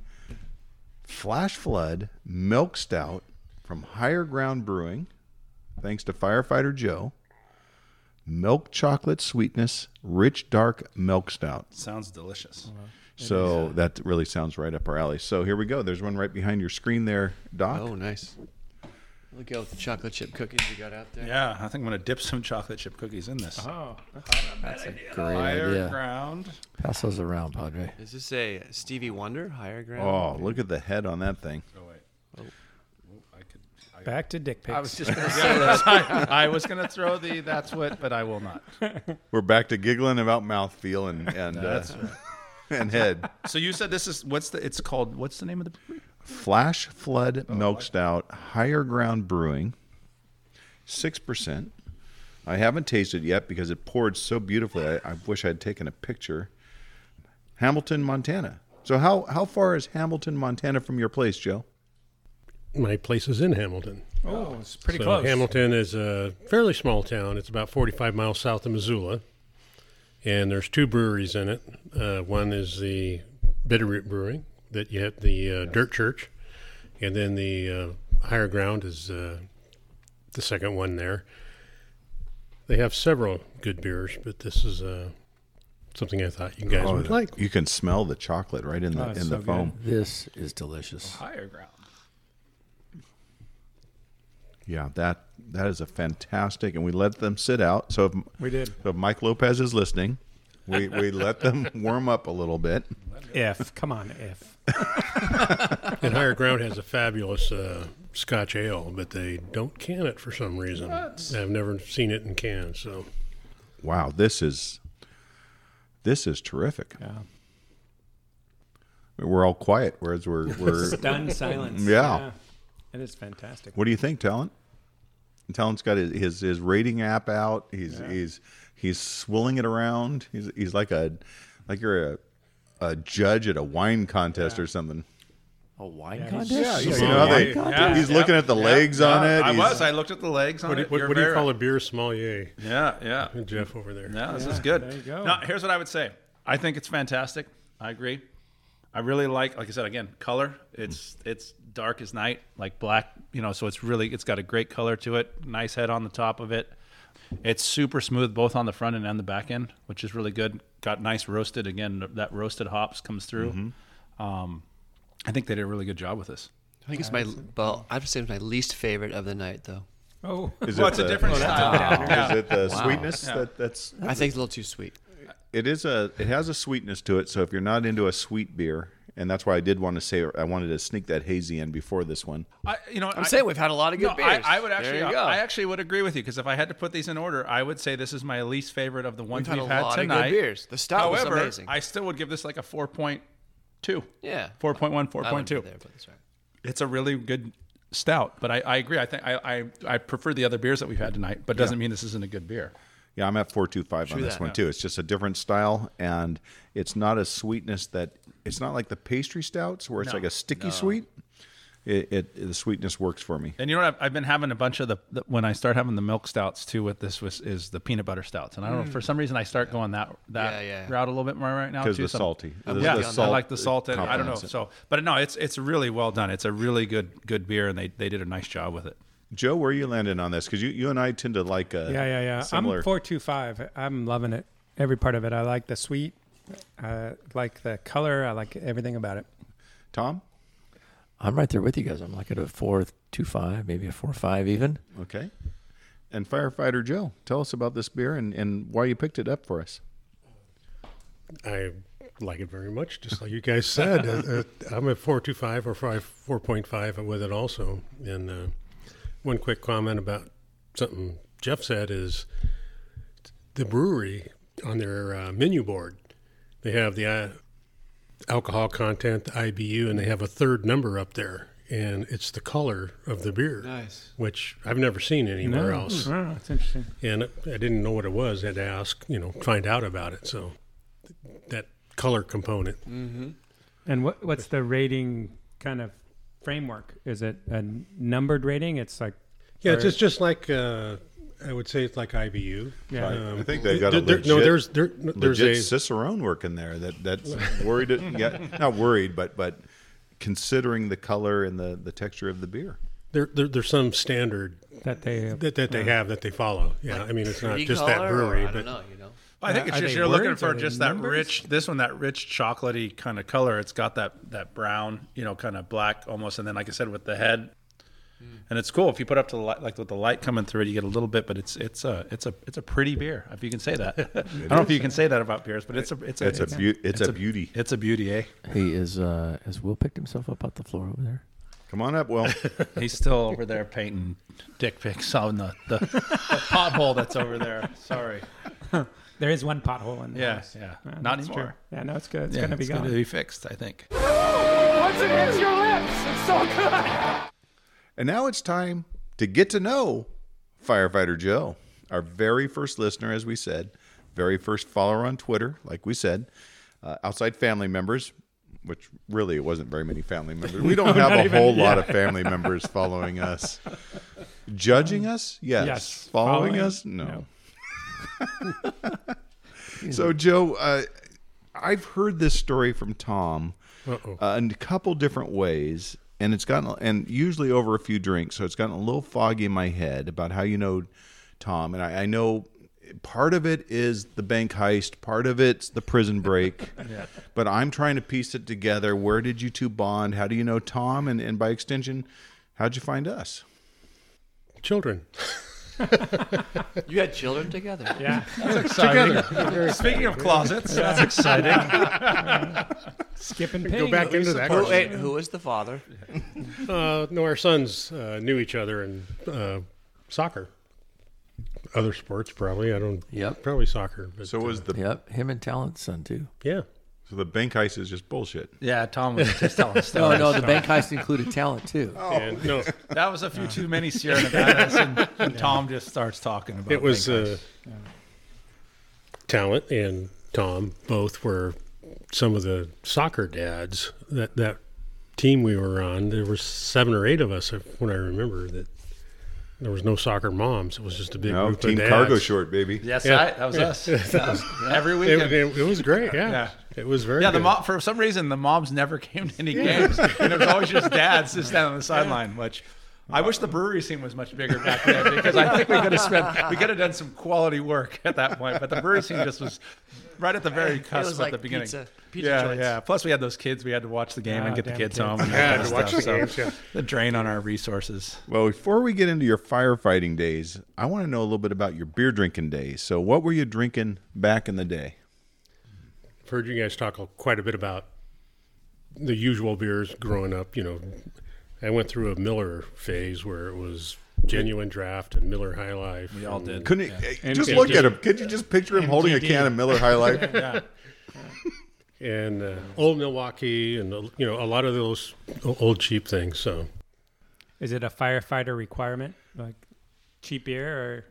S4: flash flood milk stout from Higher Ground Brewing. Thanks to Firefighter Joe. milk chocolate sweetness, rich dark milk stout.
S5: Sounds delicious.
S4: So that really sounds right up our alley. So here we go. There's one right behind your screen there, Doc.
S3: Oh, nice. Look out with the chocolate chip cookies you got out there.
S5: Yeah, I think I'm gonna dip some chocolate chip cookies in this.
S7: Oh,
S6: That's a great
S5: Higher
S6: idea.
S5: ground.
S6: Pass those around, Padre.
S3: Is this a Stevie Wonder higher ground?
S4: Oh, look at the head on that thing.
S5: Oh wait. Oh, I could.
S7: back to dick pics.
S5: I was just gonna say that. I, I was gonna throw the that's what, but I will not.
S4: We're back to giggling about mouthfeel and and uh, and head.
S5: So you said this is what's the? It's called what's the name of the? brewery?
S4: Flash
S7: Oh,
S4: Flood Milk Stout, Higher Ground Brewing, 6%. I haven't tasted it yet because it poured so beautifully. I, I wish I'd taken a picture. Hamilton, Montana. So, how, how far is Hamilton, Montana from your place, Joe?
S8: My place is in Hamilton.
S7: oh, it's pretty
S8: so
S7: close.
S8: Hamilton is a fairly small town. It's about 45 miles south of Missoula, and there's two breweries in it. Uh, one is the Bitterroot Brewing that you have the uh, Dirt Church, and then the uh, Higher Ground is uh, the second one there. They have several good beers, but this is uh, something I thought you guys would like.
S4: You can smell the chocolate right in the,
S7: Oh,
S4: in
S7: it's
S4: the
S7: so good.
S4: foam.
S6: This is
S7: Oh,
S6: delicious.
S5: Higher ground.
S4: Yeah, that that is a fantastic, and we let them sit out. So if,
S7: We did.
S4: so if Mike Lopez is listening, we, we let them warm up a little bit.
S7: If come on, if
S8: And Higher Ground has a fabulous uh, Scotch ale, but they don't can it for some reason. I've never seen it in cans, so
S4: Wow, this is this is terrific.
S7: Yeah.
S4: We're all quiet, whereas we're we're.
S7: stunned silence.
S4: Yeah.
S7: it is fantastic.
S4: what do you think, Talent? Talent's got his his, his rating app out. He's he's he's swilling it around. He's he's like a like you're a a judge at a wine contest or something.
S6: A wine
S7: he's-
S6: contest?
S4: Yeah, you
S6: Is
S4: know
S6: it a
S4: how
S6: wine
S4: they-
S6: contest?
S5: Oh, Yeah,
S4: He's
S5: yeah.
S4: looking at the legs on
S5: Yeah,
S4: it.
S5: I
S4: He's-
S5: was. I looked at the legs on
S8: What do,
S5: it.
S8: what,
S5: You're
S8: what do you
S5: very
S8: call a
S5: right.
S8: beer sommelier?
S5: Yeah, yeah.
S8: Jeff over there.
S5: No, this is good.
S7: there you go.
S5: Now, here's what I would say. I think it's fantastic. I agree. I really like, like I said again, color. It's it's dark as night, like black. You know, so it's really it's got a great color to it. Nice head on the top of it. It's super smooth both on the front end and the back end, which is really good. Got nice roasted again. That roasted hops comes through. Um, I think they did a really good job with this.
S3: I think it's my well. I have to say it's my least favorite of the night, though.
S7: Oh,
S4: Is
S5: Well,
S4: it
S5: it's a
S4: the-
S5: different style.
S4: Is it the sweetness that, that's
S3: I think it's a little too sweet.
S4: It is a. It has a sweetness to it. So if you're not into a sweet beer, and that's why I did want to say I wanted to sneak that hazy in before this one.
S5: I, you know,
S3: I'm saying we've had a lot of good
S5: no,
S3: beers.
S5: I, I would
S3: There
S5: actually,
S3: you
S5: I,
S3: go.
S5: I actually would agree with you because if I had to put these in order, I would say this is my least favorite of the ones
S3: We've had
S5: we've,
S3: a
S5: had,
S3: lot of good
S5: tonight.
S3: beers. The stout was
S5: However,
S3: amazing.
S5: I still would give this like a four point two.
S3: Yeah.
S5: four point one, four
S3: I
S5: point
S3: wouldn't
S5: two.
S3: put there, but that's all right.
S5: It's a really good stout, but I, I agree. I think I, I I prefer the other beers that we've had tonight, but doesn't mean this isn't a good beer.
S4: Yeah, I'm at four two five on this
S3: that.
S4: one too. It's just a different style, and it's not a sweetness that it's not like the pastry stouts where it's like a sticky sweet. It, it the sweetness works for me.
S5: And you know what? I've, I've been having a bunch of the, the when I start having the milk stouts too. With this was is the peanut butter stouts, and I don't know for some reason I start going that that
S3: Mm. Yeah, yeah.
S5: route a little bit more right now
S4: 'Cause
S5: too.
S4: the
S5: so-
S4: salty. The-
S5: yeah,
S4: the
S5: I
S4: salt
S5: like the salt. And, I don't know.
S4: complements it.
S5: So, but no, it's it's really well done. It's a really good good beer, and they they did a nice job with it.
S4: Joe, where are you landing on this? Because you, you and I tend to like a
S7: yeah, yeah, yeah.
S4: similar.
S7: I'm four two five. I'm loving it. Every part of it. I like the sweet. I like the color. I like everything about it.
S4: Tom.
S6: I'm right there with you guys. I'm like at a four two five, maybe a four five even.
S4: Okay. And firefighter Joe, tell us about this beer and, and why you picked it up for us.
S8: I like it very much, just like you guys said. Uh, uh, I'm at 425 or 5, 4.5 with it also. And uh, one quick comment about something Jeff said is the brewery on their uh, menu board, they have the uh, alcohol content, the IBU, and they have a third number up there. And it's the color of the beer,
S3: Nice.
S8: which I've never seen anywhere else
S7: Oh, that's interesting.
S8: and I didn't know what it was. I had to ask, you know, find out about it. So that color component.
S7: And what what's the rating kind of framework? Is it a numbered rating? It's like
S8: Yeah, it's just, just like uh, I would say it's like IBU.
S7: Yeah.
S4: I think they've got a
S8: there, Um, there- no.
S4: legit-
S8: There's there, no, there's
S4: legit
S8: a
S4: Cicerone working there. That that's worried. Yeah, not worried, but but considering the color and the the texture of the beer.
S8: There, there, there's some standard
S7: that they
S8: that, that they have that they follow. Yeah, I mean, it's not
S3: Pretty
S8: just that
S3: color, or
S8: brewery,
S3: I
S8: but
S3: don't know, you know.
S5: I think it's
S7: Are
S5: just
S7: they
S5: you're looking
S7: words? Are
S5: for
S7: they
S5: just that
S7: numbers?
S5: rich this one that rich chocolatey kind of color. It's got that that brown, you know, kind of black almost and then like I said with the head.
S7: Hmm.
S5: And it's cool if you put up to the light like with the light coming through it you get a little bit but it's it's a it's a it's a pretty beer if you can say that. I don't know if you can say that about beers but it's a it's a
S4: It's a beau- it's a beauty.
S5: It's a beauty, eh?
S6: He is, uh, has Will picked himself up off the floor over there?
S4: Come on up, Will.
S5: He's still over there painting dick pics on the, the, the pothole that's over there. Sorry.
S7: there is one pothole in there.
S5: Yeah, yeah. Not
S7: that's
S5: anymore.
S7: True. Yeah, no, it's good. It's
S5: Yeah,
S7: gonna be
S5: it's
S7: gone.
S5: gonna be fixed, I think.
S4: And now it's time to get to know Firefighter Joe, our very first listener, as we said, very first follower on Twitter, like we said, uh, outside family members, which really it wasn't very many family members. We don't have a
S7: even-
S4: whole lot of family members following us. Judging us? Yes.
S7: Yes.
S4: Following,
S7: Following?
S4: us? No. so, Joe, uh, I've heard this story from Tom uh, in a couple different ways, and it's gotten and usually over a few drinks, so it's gotten a little foggy in my head about how you know Tom, and I, I know part of it is the bank heist, part of it's the prison break, but I'm trying to piece it together. Where did you two bond? How do you know Tom, and and by extension, how'd you find us?
S8: children.
S3: You had children together.
S7: yeah.
S5: Speaking of closets, that's exciting.
S7: Skipping
S8: Go back into that.
S3: Who, wait, who was the father?
S8: Uh, no, our sons uh, knew each other in uh, soccer, other sports probably. I don't.
S6: Yep.
S8: Probably soccer. But, uh,
S4: So was the
S6: Yep. Him and Talent's son, too.
S8: yeah.
S4: so the bank heist is just bullshit.
S5: Yeah, Tom was just telling
S6: No,
S5: stories.
S6: no, the bank heist included Talent, too.
S7: Oh.
S4: Oh.
S8: and no,
S5: That was a
S8: Uh.
S5: few too many Sierra Nevadas, and, and Tom just starts talking about.
S8: it was
S5: big guys.
S8: uh, talent and Tom both were some of the soccer dads that that team we were on. There were seven or eight of us if- when I remember that. There was no soccer moms. It was just a big
S4: No,
S8: group
S4: team
S8: of dads.
S4: cargo short, baby.
S5: yes,
S8: yeah.
S5: I, that was us. That was every
S8: It,
S5: weekend.
S8: it, it was great. Yeah.
S5: Yeah.
S8: it was very.
S5: yeah, the
S8: good.
S5: mom, for some reason the moms never came to any games, and it was always just dads just down on the sideline. Which I wish the brewery scene was much bigger back then because I think we could have spent, we could have done some quality work at that point. But the brewery scene just was right at the very cusp
S3: was
S5: at
S3: like
S5: the beginning.
S3: pizza- pizza
S5: yeah,
S3: joints.
S5: yeah. Plus we had those kids. We had to watch the game
S7: Ah,
S5: and get the
S7: damn
S5: kids,
S7: kids.
S5: home. And
S8: Yeah,
S5: that kind
S8: to
S5: of
S8: watch
S5: stuff,
S8: the games, yeah.
S5: The drain on our resources.
S4: Well, before we get into your firefighting days, I want to know a little bit about your beer drinking days. So, what were you drinking back in the day?
S8: I've heard you guys talk a- quite a bit about the usual beers growing up. You know, I went through a Miller phase where it was genuine draft and Miller High Life. We all did.
S4: Couldn't you, eh, just
S8: MTD.
S4: look at him? Could you just picture him holding a can of Miller High Life?
S8: And uh, Old Milwaukee and, uh, you know, a lot of those o- old cheap things. So,
S7: Is it a firefighter requirement, like cheap beer, or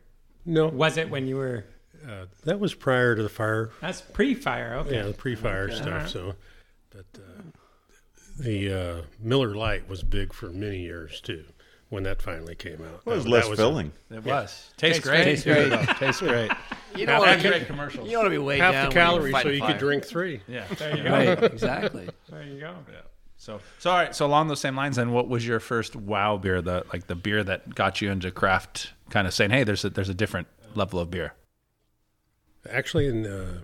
S8: no,
S7: was it when you were?
S8: uh, that was prior to the fire,
S7: That's pre-fire. Okay.
S8: yeah, the pre fire
S3: Uh-huh.
S8: stuff. So, but uh, the uh, Miller Light was big for many years too when that finally came out.
S4: It was
S8: That-
S4: less
S8: that was a-
S4: filling.
S5: It was. Tastes,
S7: Tastes
S5: great.
S7: great. Tastes
S5: great. Tastes great. Half
S3: You don't want
S5: the
S3: to
S5: great
S3: be,
S5: commercials.
S3: you don't want to be way down
S8: Half the
S3: when you're
S8: calories, so
S3: fighting
S8: you
S3: fire.
S8: could drink three.
S5: Yeah.
S6: Right, exactly.
S7: There you go.
S5: So, so all right. So along those same lines, then, what was your first wow beer? The like the beer that got you into craft, kind of saying, hey, there's a there's a different level of beer.
S8: Actually, in uh,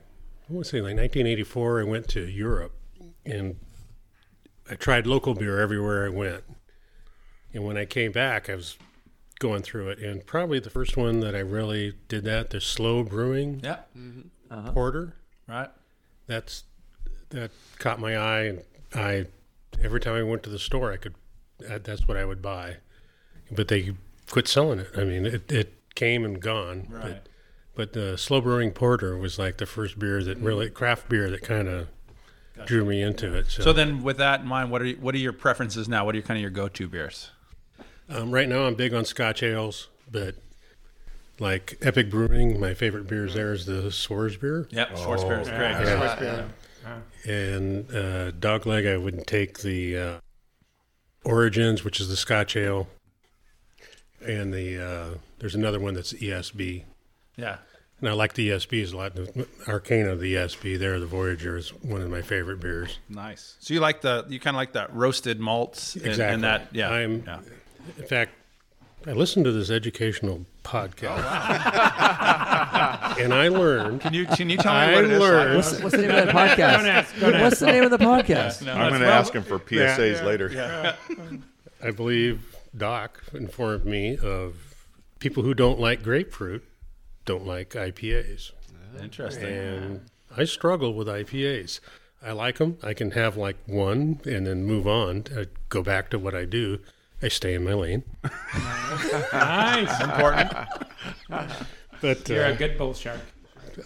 S8: I want to say like 1984, I went to Europe, and I tried local beer everywhere I went. And when I came back, I was going through it, and probably the first one that I really did that the slow brewing
S5: Yeah.
S8: porter.
S5: Mm-hmm. Right.
S8: That's that caught my eye, and I every time I went to the store, I could that, that's what I would buy. But they quit selling it. I mean, it, it came and gone. but-
S5: Right.
S8: but the slow brewing porter was like the first beer that really craft beer that kind of drew me into it. So,
S5: So then, with that in mind, what are you, what are your preferences now? What are your kind of your go to beers?
S8: um, right now I'm big on Scotch ales, but like Epic Brewing, my favorite beers there is the Swords beer
S5: Yep. Schwartz beer is great.
S8: and uh, Dogleg. I would take the uh, Origins, which is the Scotch ale, and the uh, there's another one that's ESB.
S5: Yeah.
S8: And I like the E ESBs a lot. The Arcana, the ESB there, the Voyager is one of my favorite beers.
S5: Nice. So you like the you kind of like that roasted malts and, and
S8: Exactly.
S5: that yeah.
S8: I'm-
S5: yeah.
S8: In fact, I listened to this educational
S5: Oh,
S8: podcast. and I learned
S9: Can you can you tell me
S8: I
S9: what it is?
S8: learned
S6: What's, what's the name of that podcast?
S7: Don't ask, don't
S6: What's the name of the podcast?
S4: I'm going to ask him for PSAs later.
S8: I believe Doc informed me of people who don't like grapefruit don't like IPAs.
S5: Interesting.
S8: And I struggle with IPAs. I like them. I can have like one and then move on. I go back to what I do. I stay in my lane.
S7: Nice.
S5: Important.
S8: But
S7: You're a
S8: uh,
S7: good bull shark.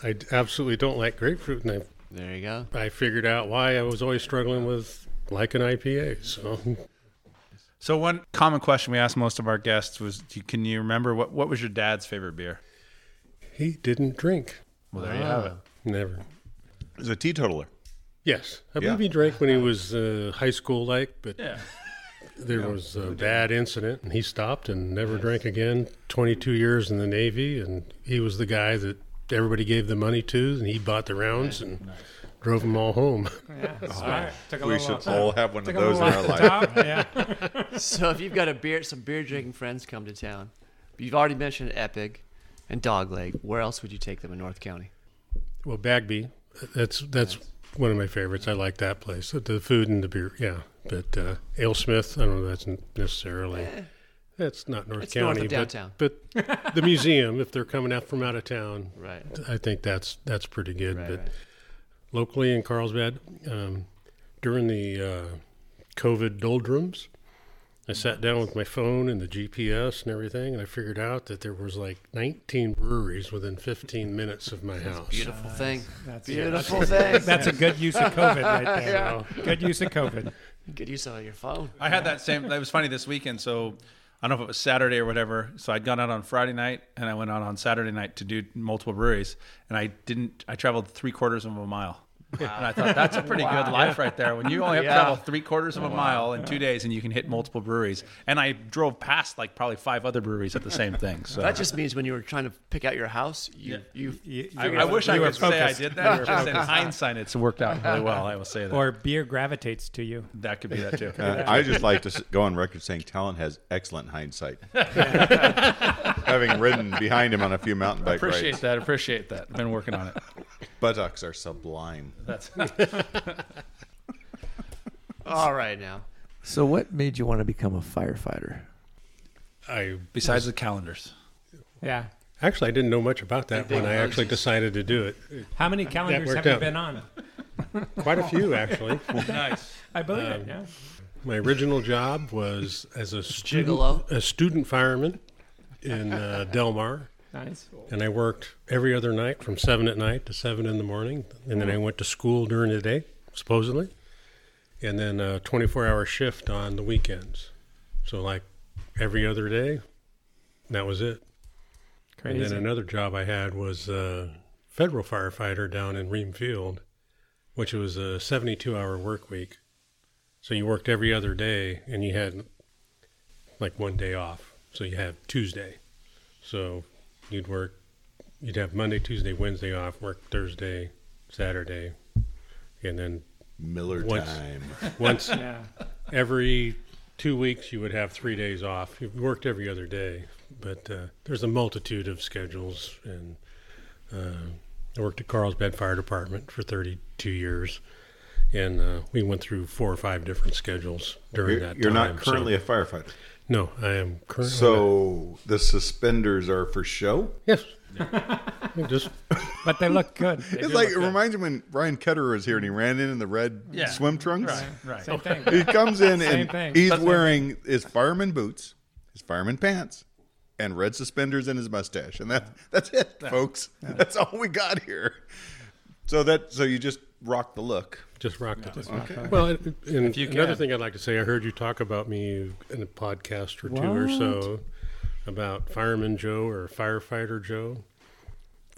S8: I d- absolutely don't like grapefruit, and
S3: There you go.
S8: I, I figured out why I was always struggling with like an IPA. So
S5: So one common question we asked most of our guests was, do you- "Can you remember what what was your dad's favorite beer?"
S8: he didn't drink.
S5: Well, there you have it.
S8: Never.
S4: He's a teetotaler.
S8: Yes, I
S4: Yeah.
S8: believe he drank when he was uh, high school, like, but
S5: Yeah.
S8: there was a bad incident, and he stopped and never drank again. Twenty-two years in the Navy, and he was the guy that everybody gave the money to, and he bought the rounds and drove them all home.
S7: Yeah, smart. Took a
S4: We
S7: little
S4: should
S7: off-
S4: all have one of
S7: took a
S4: those in
S7: little
S4: our
S7: off the
S4: life.
S7: top, Yeah.
S3: So if you've got a beer, some beer drinking friends come to town. You've already mentioned Epic and Dogleg. Where else would you take them in North County?
S8: Well, Bagby, that's that's one of my favorites. I like that place, the food and the beer. Yeah, but uh, AleSmith, I don't know. if That's necessarily. That's not North
S3: Eh. It's north
S8: County,
S3: of
S8: but-
S3: downtown.
S8: But, the museum, if they're coming out from out of town,
S3: Right.
S8: I think that's that's pretty good.
S3: Right,
S8: but
S3: right.
S8: locally in Carlsbad, um, during the uh, COVID doldrums, I sat down with my phone and the GPS and everything, and I figured out that there was like 19 breweries within 15 minutes of my house.
S3: Beautiful thing.
S7: That's,
S3: Beautiful thing.
S7: that's a good use of COVID right there. Good use of COVID.
S3: Good use of your phone.
S5: I had that same. That was funny this weekend. So I don't know if it was Saturday or whatever. So I'd gone out on Friday night and I went out on Saturday night to do multiple breweries, and I didn't. I traveled three quarters of a mile. And I thought that's a pretty good life right there. When you only have to
S3: Yeah.
S5: travel three quarters of a mile in two days, and you can hit multiple breweries. And I drove past like probably five other breweries at the same thing. So
S3: That just means when you were trying to pick out your house, you you
S7: You-
S5: I,
S7: you
S5: I
S7: were-
S5: wish I
S7: you were
S5: could say I
S7: focused.
S5: did that. Just in hindsight, it's worked out really well. I will say that.
S7: Or beer gravitates to you.
S5: that could be that too.
S4: Uh, I just like to s- go on record saying Talon has excellent hindsight. Having ridden behind him on a few mountain bike
S5: appreciate
S4: rides,
S5: that. Appreciate that. Been working on it.
S4: buttocks are sublime.
S5: That's
S3: all right now.
S6: So, what made you want to become a firefighter?
S8: I
S5: besides the calendars.
S7: Yeah.
S8: actually I didn't know much about that
S3: big
S8: when I actually
S3: houses.
S8: decided to do it.
S7: How many calendars
S8: worked
S7: have you
S8: out.
S7: been on?
S8: Quite a few actually.
S5: Nice.
S7: I believe
S8: Um,
S7: it. Yeah.
S8: My original job was as a student,
S3: Gigolo.
S8: a student fireman in uh, Del Mar.
S7: Nice.
S8: and I worked every other night from seven at night to seven in the morning, and then I went to school during the day, supposedly, and then a twenty-four hour shift on the weekends. So like every other day, that was it. And then
S7: Crazy.
S8: another job I had was a federal firefighter down in Ream Field, which was a seventy-two hour work week. So you worked every other day, and you had like one day off. So you had Tuesday. So you'd work you'd have Monday, Tuesday, Wednesday off, work Thursday, Saturday, and then
S4: Miller
S8: What's-
S4: time.
S8: once
S7: Yeah.
S8: every two weeks you would have three days off. You worked every other day, but uh, there's a multitude of schedules. And uh, I worked at Carlsbad Fire Department for 32 years, and uh, we went through four or five different schedules during
S4: You're,
S8: that
S4: you're
S8: time.
S4: not currently
S8: So,
S4: a firefighter.
S8: no, I am currently.
S4: So the suspenders are for show.
S8: yes. I just
S7: But they look good.
S4: It's like it reminds me when Ryan Ketterer was here and he ran in in the red
S5: Yeah.
S4: swim trunks.
S5: Right.
S7: Same thing.
S4: He comes in and
S7: thing.
S4: he's wearing his fireman boots, his fireman pants, and red suspenders in his mustache, and that that's it, folks. That's all we got here. So that so you just rock the look.
S8: Just rocked it. Well, and, and
S5: you
S8: another
S5: can.
S8: thing I'd like to say, I heard you talk about me in a podcast or two or so about Fireman Joe or Firefighter Joe.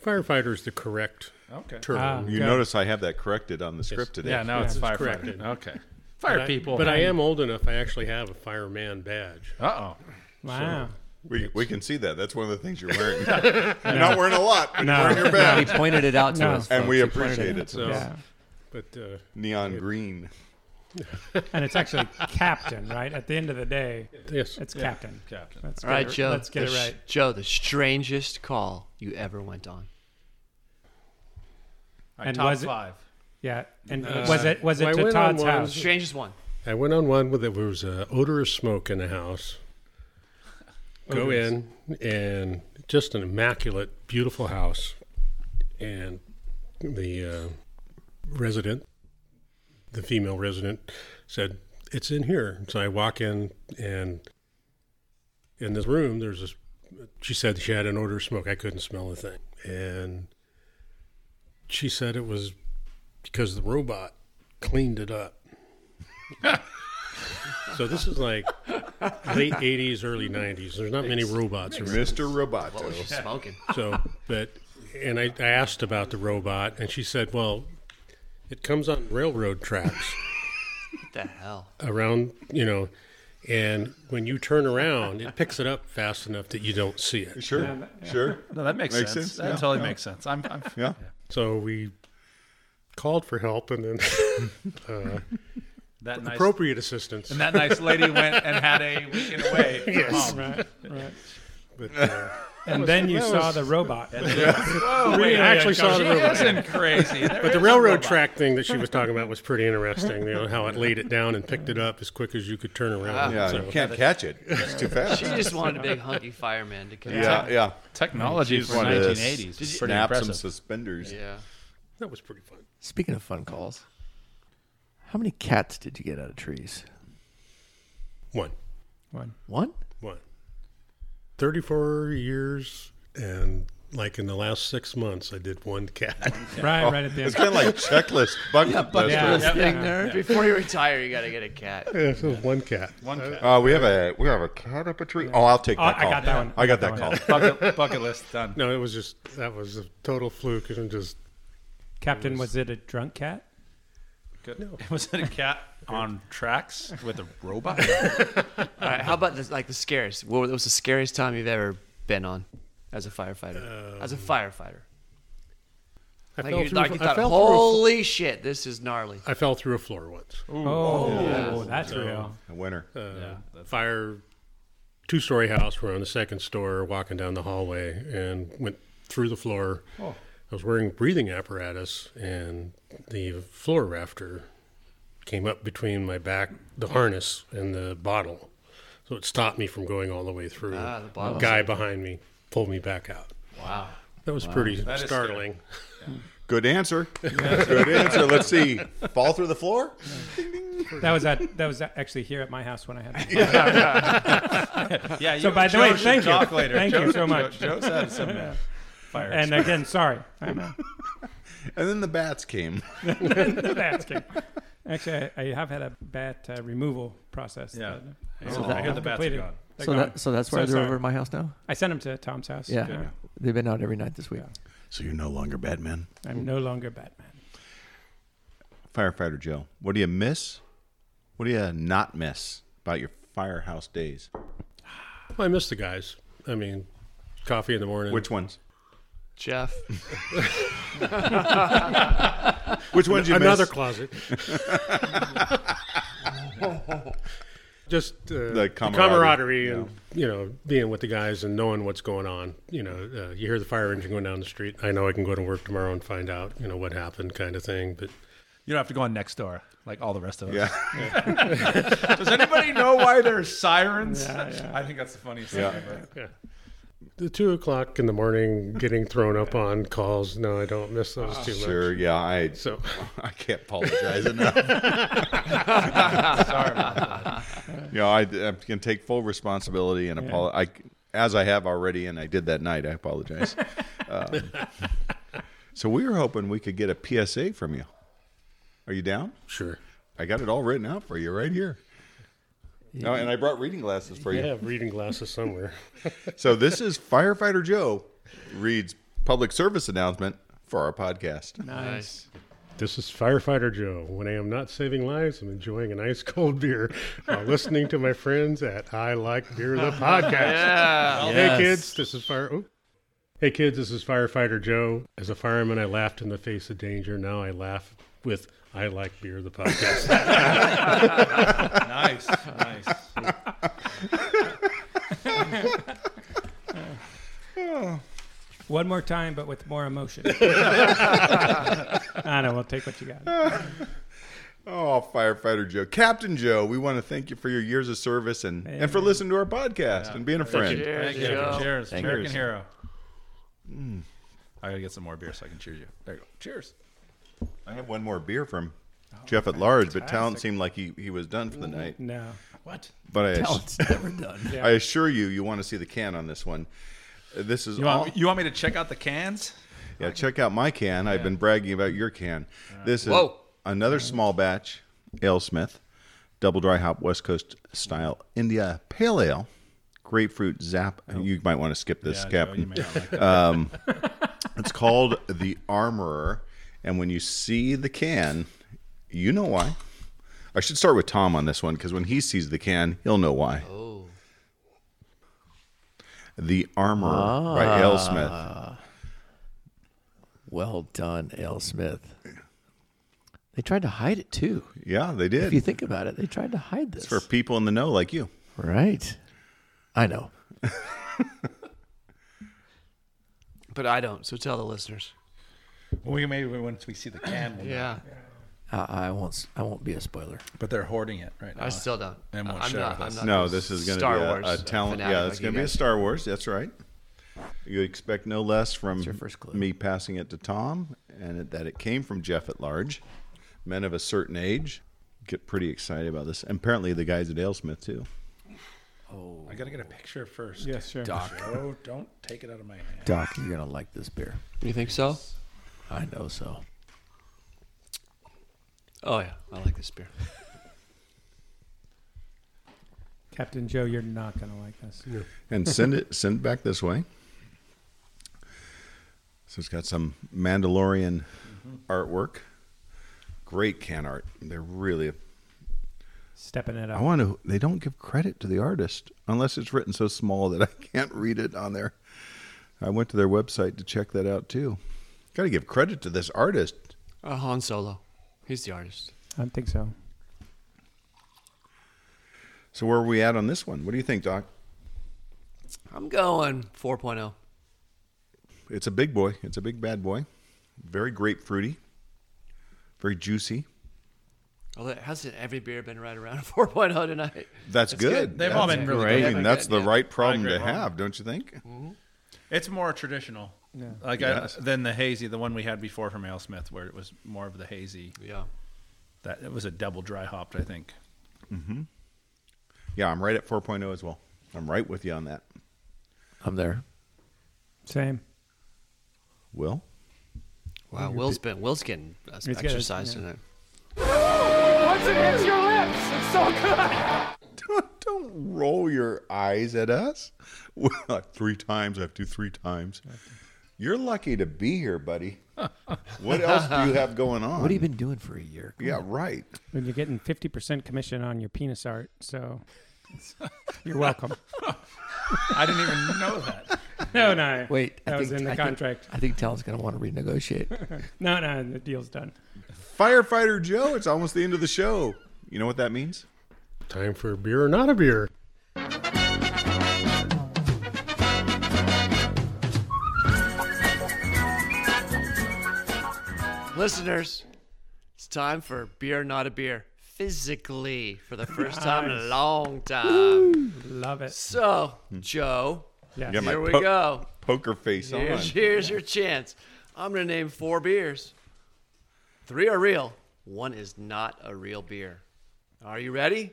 S8: Firefighter is the correct
S5: Okay.
S8: term.
S7: Ah.
S4: You
S7: Okay.
S4: notice I have that corrected on the script today.
S5: Yeah, now it's
S7: it's
S5: firefighter.
S8: corrected.
S5: Okay. Fire people.
S8: But I am old enough. I actually have a fireman badge.
S5: Uh oh.
S7: Wow.
S4: We, we can see that. That's one of the things you're wearing. You're not wearing a lot, but you're wearing your badge.
S6: He pointed it out to
S7: No.
S6: us,
S4: And
S6: folks.
S4: we
S6: He pointed
S4: appreciate it.
S8: So,
S7: Yeah.
S8: but uh,
S4: Neon green.
S7: and it's actually Captain, right? At the end of the day,
S8: Yes.
S7: it's Captain.
S5: Captain.
S7: Let's
S3: All right,
S7: get it,
S3: Joe.
S7: Let's get
S3: the
S7: it
S3: sh-
S7: right.
S3: Joe, the strangest call you ever went on.
S5: All right,
S7: And
S5: top
S7: was it-
S5: five.
S7: Yeah, and
S8: Uh,
S7: was it was
S8: well,
S7: it
S8: I
S7: to
S8: went on
S7: Todd's
S8: one-
S7: house?
S3: Strangest one.
S8: I went on one where there was uh, odorous smoke in the house. Go in and just an immaculate, beautiful house, and the uh, resident, the female resident, said, "It's in here." So I walk in and in this room, there's this. She said she had an odor of smoke. I couldn't smell a thing, and she said it was because the robot cleaned it up. So this is like late '80s, early '90s. There's not many robots around.
S4: Mr. Roboto.
S3: What was you smoking?
S8: So, but and I, I asked about the robot, and she said, "Well, it comes on railroad tracks
S3: What the hell?
S8: around, you know, and when you turn around, it picks it up fast enough that you don't see it."
S4: Sure, sure.
S5: No, that makes,
S4: Makes
S5: sense.
S4: sense,
S5: That
S4: yeah,
S5: totally makes sense. I'm, I'm
S4: Yeah.
S8: So we called for help, and then
S5: that nice.
S8: appropriate assistance.
S5: And that nice lady went and had a Oh, weekend away. from
S8: Yes.
S5: mom.
S7: Right, right.
S8: But, uh,
S7: And then you saw the robot.
S5: Whoa, wait,
S8: I actually saw
S5: she
S8: the robot.
S5: isn't crazy. There
S8: But the
S5: is a
S8: railroad
S5: robot.
S8: track thing that she was talking about was pretty interesting. You know how it laid it down and picked it up as quick as you could turn around.
S4: Ah. Yeah,
S8: So-
S4: you can't catch it. It's too fast.
S3: She just wanted a big hunky fireman to come.
S4: Yeah, yeah.
S5: Technology for
S4: Wanted to
S5: 1980s is pretty
S4: snap
S5: impressive.
S4: some suspenders.
S3: Yeah.
S8: that was pretty fun.
S6: Speaking of fun calls, how many cats did you get out of trees?
S8: One,
S6: One?
S8: one. Thirty-four years, and like in the last six months, I did one cat.
S7: Right, right at the
S4: It's
S7: end.
S4: kind of like checklist, bucket list.
S7: Yeah.
S6: This thing there.
S3: Before you retire, you got to get a cat.
S8: Yeah, so one cat.
S5: One cat.
S4: Uh, we have a we have a cat up a tree. Oh, I'll take
S7: Oh,
S4: that
S7: I
S4: call.
S7: got that one.
S4: I got that call.
S5: bucket, bucket list done.
S8: No, it was just that was a total fluke, and just
S7: Captain, was it a drunk cat?
S5: Good. Was it a cat on tracks with a robot?
S3: All right. How about the, like the scariest? What was the scariest time you've ever been on as a firefighter? as a firefighter.
S8: I
S3: Like
S8: fell
S3: you,
S8: through.
S3: like you
S8: a, I
S3: thought,
S8: fell through.
S3: holy shit, this is gnarly.
S8: A, I fell through a floor once.
S7: Oh, that's real.
S4: A winner.
S8: Uh, fire, two-story house. We're on the second store, walking down the hallway, and went through the floor.
S3: Oh.
S8: I was wearing breathing apparatus, and the floor rafter came up between my back, the harness, and the bottle. So it stopped me from going all the way through.
S3: Ah, the bottle.
S8: guy behind me pulled me back out.
S3: Wow.
S8: That was pretty
S5: is
S8: startling.
S4: Good answer. Good answer. Let's see. Fall through the floor.
S7: That was at that was actually here at my house when I had.
S5: Yeah. You,
S7: So by the way,
S5: Joe should
S7: thank you.
S5: talk later.
S7: Thank
S5: Joe,
S7: you so much.
S5: Joe, Joe's had some uh, fire.
S7: And again, sorry. I know.
S4: And then the bats came.
S7: That's good. Actually, I, I have had a bat uh, removal process.
S5: Yeah.
S7: that
S5: So
S6: that-
S5: I hear the bats are
S7: completed.
S5: gone.
S7: They're
S6: So,
S7: gone.
S6: that, so that's why
S7: So
S6: they're
S7: sorry.
S6: over at my house now?
S7: I sent them to Tom's house.
S6: Yeah. They've been out every night this week.
S4: So you're no longer Batman.
S7: I'm no longer Batman.
S4: Firefighter Joe, what do you miss? What do you not miss about your firehouse days?
S8: I miss the guys. I mean, coffee in the morning.
S4: Which ones?
S3: Jeff,
S4: Which ones you
S8: another
S4: miss?
S8: closet. Just
S4: The
S8: uh, the camaraderie,
S4: camaraderie,
S8: and you know being with the guys and knowing what's going on. You know, uh, you hear the fire engine going down the street. I know I can go to work tomorrow and find out you know what happened, kind of thing. But
S5: You don't have to go on next door like all the rest of us.
S4: Yeah.
S5: Does anybody know why there's sirens?
S7: Yeah, yeah.
S5: I think that's the funniest
S4: Yeah.
S5: thing. Ever.
S8: yeah, the two o'clock in the morning, getting thrown up on calls. No, I don't miss those too
S4: Ah, Sure.
S8: much.
S4: Yeah. I
S8: So
S4: I can't apologize enough.
S5: Sorry about that.
S4: Yeah, I, I can take full responsibility and apologize. As I have already, and I did that night. I apologize. um, so we were hoping we could get a PSA from you. Are you down?
S8: sure.
S4: I got it all written out for you right here. Oh, and I brought reading glasses for
S8: I
S4: you.
S8: have reading glasses somewhere.
S4: So this is firefighter Joe reads public service announcement for our podcast.
S3: nice.
S8: This is Firefighter Joe. When I am not saving lives, I'm enjoying an ice cold beer while listening to my friends at I Like Beer the podcast. Hey kids, this is fire. Oh. Hey kids, this is Firefighter Joe. As a fireman, I laughed in the face of danger. Now I laugh with I like beer. The podcast.
S5: nice, nice.
S7: One more time, but with more emotion. I know. We'll take what you got.
S4: Oh, firefighter Joe, Captain Joe, we want to thank you for your years of service and, and for listening to our podcast and being a friend.
S3: Cheers,
S5: Thank you.
S3: Joe.
S5: Cheers,
S6: Thank you.
S5: American hero. I gotta get some more beer so I can cheers you. There you go. Cheers.
S4: I have one more beer from
S5: Oh,
S4: Jeff at large, but talent seemed like he, he was done for the night.
S5: Mm-hmm.
S7: No.
S5: What?
S4: But I,
S6: Oh, it's never done.
S4: I assure you, you want to see the can on this one. Uh, This is
S5: You
S4: all.
S5: want, you want me to check out the cans?
S4: Yeah, check out my can. I've been bragging about your can. This is
S3: Whoa.
S4: another small batch AleSmith, double dry hop West Coast style India Pale Ale, grapefruit zap. You might want to skip this,
S5: Oh. Yeah, Joe, you
S4: Captain. Um,
S5: may not like that.
S4: It's called the Armorer, and when you see the can, you know why. I should start with Tom on this one because when he sees the can, he'll know why. Oh. The Armorer by AleSmith.
S6: Well done, L. Smith. They tried to hide it too.
S4: Yeah, they
S6: If you
S4: did.
S6: think about it, they tried to hide this.
S4: For people in the know like you.
S6: right. I know.
S3: But I don't, so tell the listeners.
S5: we maybe once we see the can, we'll know.
S3: Yeah,
S6: I, I won't. s- I won't be a spoiler.
S5: But they're hoarding it right now.
S3: I still don't.
S5: And won't
S3: I'm
S5: share
S3: not.
S5: with
S3: I'm
S5: us.
S3: not
S4: No,
S3: a
S4: this is going to
S3: Star
S4: be a,
S3: Wars
S4: a talent.
S3: fanatic
S4: Yeah, it's
S3: like
S4: going to
S3: you
S4: be a
S3: guys.
S4: Star Wars. That's right. You expect no less from
S6: your first clue.
S4: me passing it to Tom, and it, that it came from Jeff at large. Men of a certain age get pretty excited about this, and apparently the guys at AleSmith too.
S5: I gotta get a picture first.
S7: Yes, sure.
S5: Joe, don't take it out of my hand.
S6: Doc, you're gonna like this beer.
S3: You think so?
S6: I know so.
S3: Oh yeah, I like this beer.
S7: Captain Joe, you're not going to like this.
S4: And send it, send it back this way. So it's got some Mandalorian
S3: Mm-hmm.
S4: artwork. Great can art. They're really
S7: Stepping it up.
S4: I want to. They don't give credit to the artist unless it's written so small that I can't read it on there. I went to their website to check that out too. Got to give credit to this artist.
S3: Uh, Han Solo, he's the artist.
S7: I don't think so.
S4: So where are we at on this one? What do you think, Doc?
S3: I'm going oh. 4.0.
S4: It's a big boy. It's a big bad boy. Very grapefruity. Very juicy.
S3: Although hasn't every beer been right around 4.0 tonight?
S4: That's
S3: It's
S4: good.
S3: good.
S5: They've all
S4: That's
S5: been really
S4: great.
S5: good.
S4: I mean, that's the
S3: Yeah.
S4: right problem
S5: I
S4: to
S5: agree.
S4: have, don't you think?
S5: It's more traditional. Like I, than the hazy, the one we had before from Ale Smith, where it was more of the hazy.
S3: Yeah.
S5: That it was a double dry hopped, I think.
S4: Yeah, I'm right at 4.0 as well. I'm right with you on that.
S6: I'm there.
S7: Same.
S4: Will?
S3: Wow. Will's been Will's getting uh,
S7: good,
S3: exercise
S7: yeah.
S3: tonight.
S4: don't, don't roll your eyes at us. Well, three times. I have to do three times. You're lucky to be here, buddy. What else do you have going on?
S6: What have you been doing for a year? Come
S4: Yeah,
S6: on.
S4: right.
S7: When you're getting 50% commission on your penis art, so you're welcome.
S5: I didn't even know that.
S7: No, no.
S6: Wait.
S7: That was in the
S6: I
S7: contract.
S6: I think Talon's gonna want to renegotiate.
S7: No, no. The deal's done.
S4: Firefighter Joe, it's almost the end of the show. You know what that means?
S8: Time for beer or not a beer.
S3: Listeners, it's time for beer, not a beer. Physically, for the first time in a long time.
S7: Love it.
S3: So, Joe,
S7: Yes.
S4: Yeah, my
S3: here we
S4: po-
S3: go.
S4: Poker face on.
S3: Here's, here's your chance. I'm going to name four beers. Three are real, one is not a real beer. Are you ready?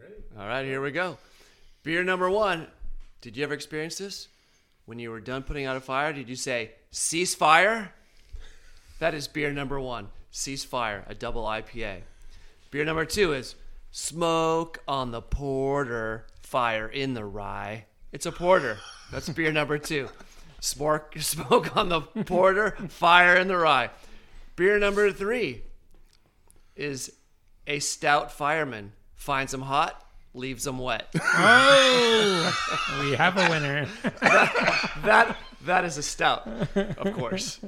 S3: Ready. All right, here we go. Beer number one. Did you ever experience this? When you were done putting out a fire, did you say, cease fire? That is beer number one, cease fire, a double IPA. Beer number two is smoke on the porter, fire in the rye. It's a porter. That's beer number two. Smoke, smoke on the porter, fire in the rye. Beer number three is a stout fireman finds them hot, leaves them wet.
S7: We have a winner.
S3: That that is a stout, of course.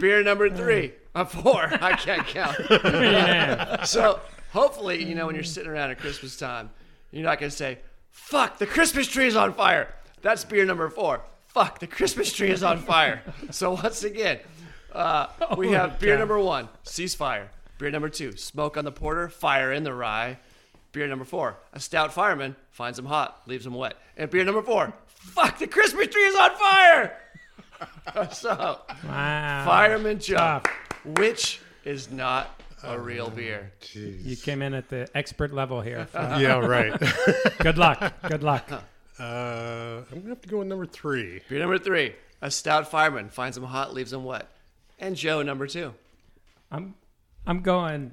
S3: beer number three, Uh, a four. I can't count. so hopefully, you know, when you're sitting around at Christmas time, you're not gonna say, "Fuck, the Christmas tree is on fire." That's beer number four. Fuck, the Christmas tree is on fire. So once again, uh, we have beer number one, ceasefire. Beer number two, smoke on the porter, fire in the rye. Beer number four, a stout fireman finds him hot, leaves him wet. And beer number four, fuck, the Christmas tree is on fire. so,
S7: Wow.
S3: Fireman Chop, which is not a real beer.
S7: You came in at the expert level here.
S8: yeah, right.
S7: Good luck. Good luck.
S8: Uh, I'm gonna have to go with number three.
S3: Beer number three, a stout fireman finds him hot, leaves him wet. And Joe, number two.
S7: I'm I'm going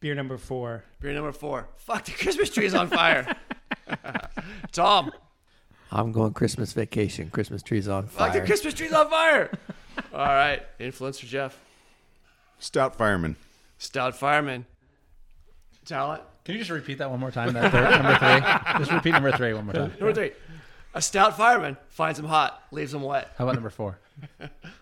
S7: beer number four.
S3: Beer number four, fuck, the Christmas tree is on fire. Tom,
S6: I'm going Christmas vacation. Christmas trees on
S3: fuck, the
S6: fire.
S3: Christmas tree's on fire. All right, influencer Jeff,
S4: Stout fireman.
S3: stout fireman. Talent,
S5: Can you just repeat that one more time? That third, number three. Just repeat number three one more time.
S3: number three, a stout fireman finds him hot, leaves him wet.
S5: How about number four?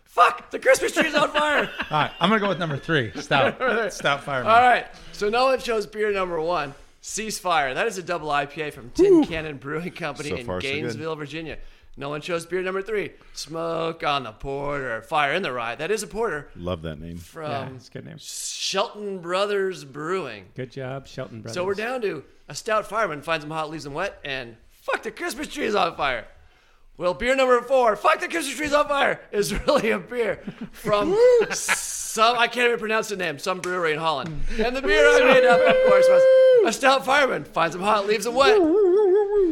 S3: Fuck, the Christmas tree's on fire.
S5: All right, I'm gonna go with number three. Stout. Stout fireman.
S3: All right. So no one chose beer number one. Ceasefire. That is a double IPA from Tin Cannon Brewing Company
S4: So
S3: in
S4: far, so good.
S3: Gainesville, Virginia. No one chose beer number three. Smoke on the porter. Fire in the rye. That is a porter
S4: Love that name.
S7: Yeah,
S3: from
S7: it's a good name.
S3: Shelton Brothers Brewing.
S7: Good job, Shelton Brothers.
S3: So we're down to a stout fireman finds them hot, leaves them wet, and fuck the Christmas tree is on fire. Well, beer number four, fuck the Christmas tree's on fire, is really a beer from some I can't even pronounce the name, some brewery in Holland. And the beer I made up, of course, was a stout fireman finds them hot, leaves them wet.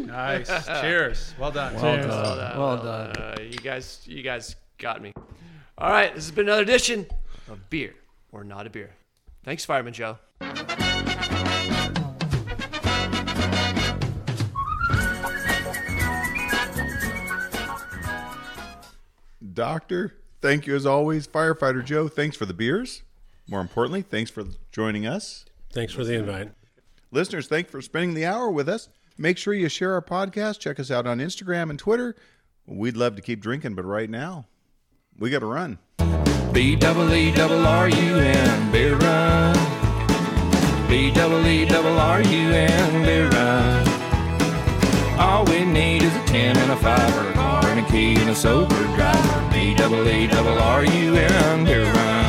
S5: Nice. Cheers. Well done.
S7: Cheers.
S6: Well done. Well done.
S3: Uh, you guys, you guys got me. All right, this has been another edition of beer or not a beer. Thanks, Fireman Joe.
S4: Doctor, thank you as always. Firefighter Joe, thanks for the beers. More importantly, thanks for joining us.
S8: Thanks for the invite.
S4: Listeners, thanks for spending the hour with us. Make sure you share our podcast. Check us out on Instagram and Twitter. We'd love to keep drinking, but right now, we got to run.
S2: B double E double R U N beer run. B double E double R U N beer run. All we need is a ten and a five, or a car and a key and a sober driver. B double E double R U N beer run.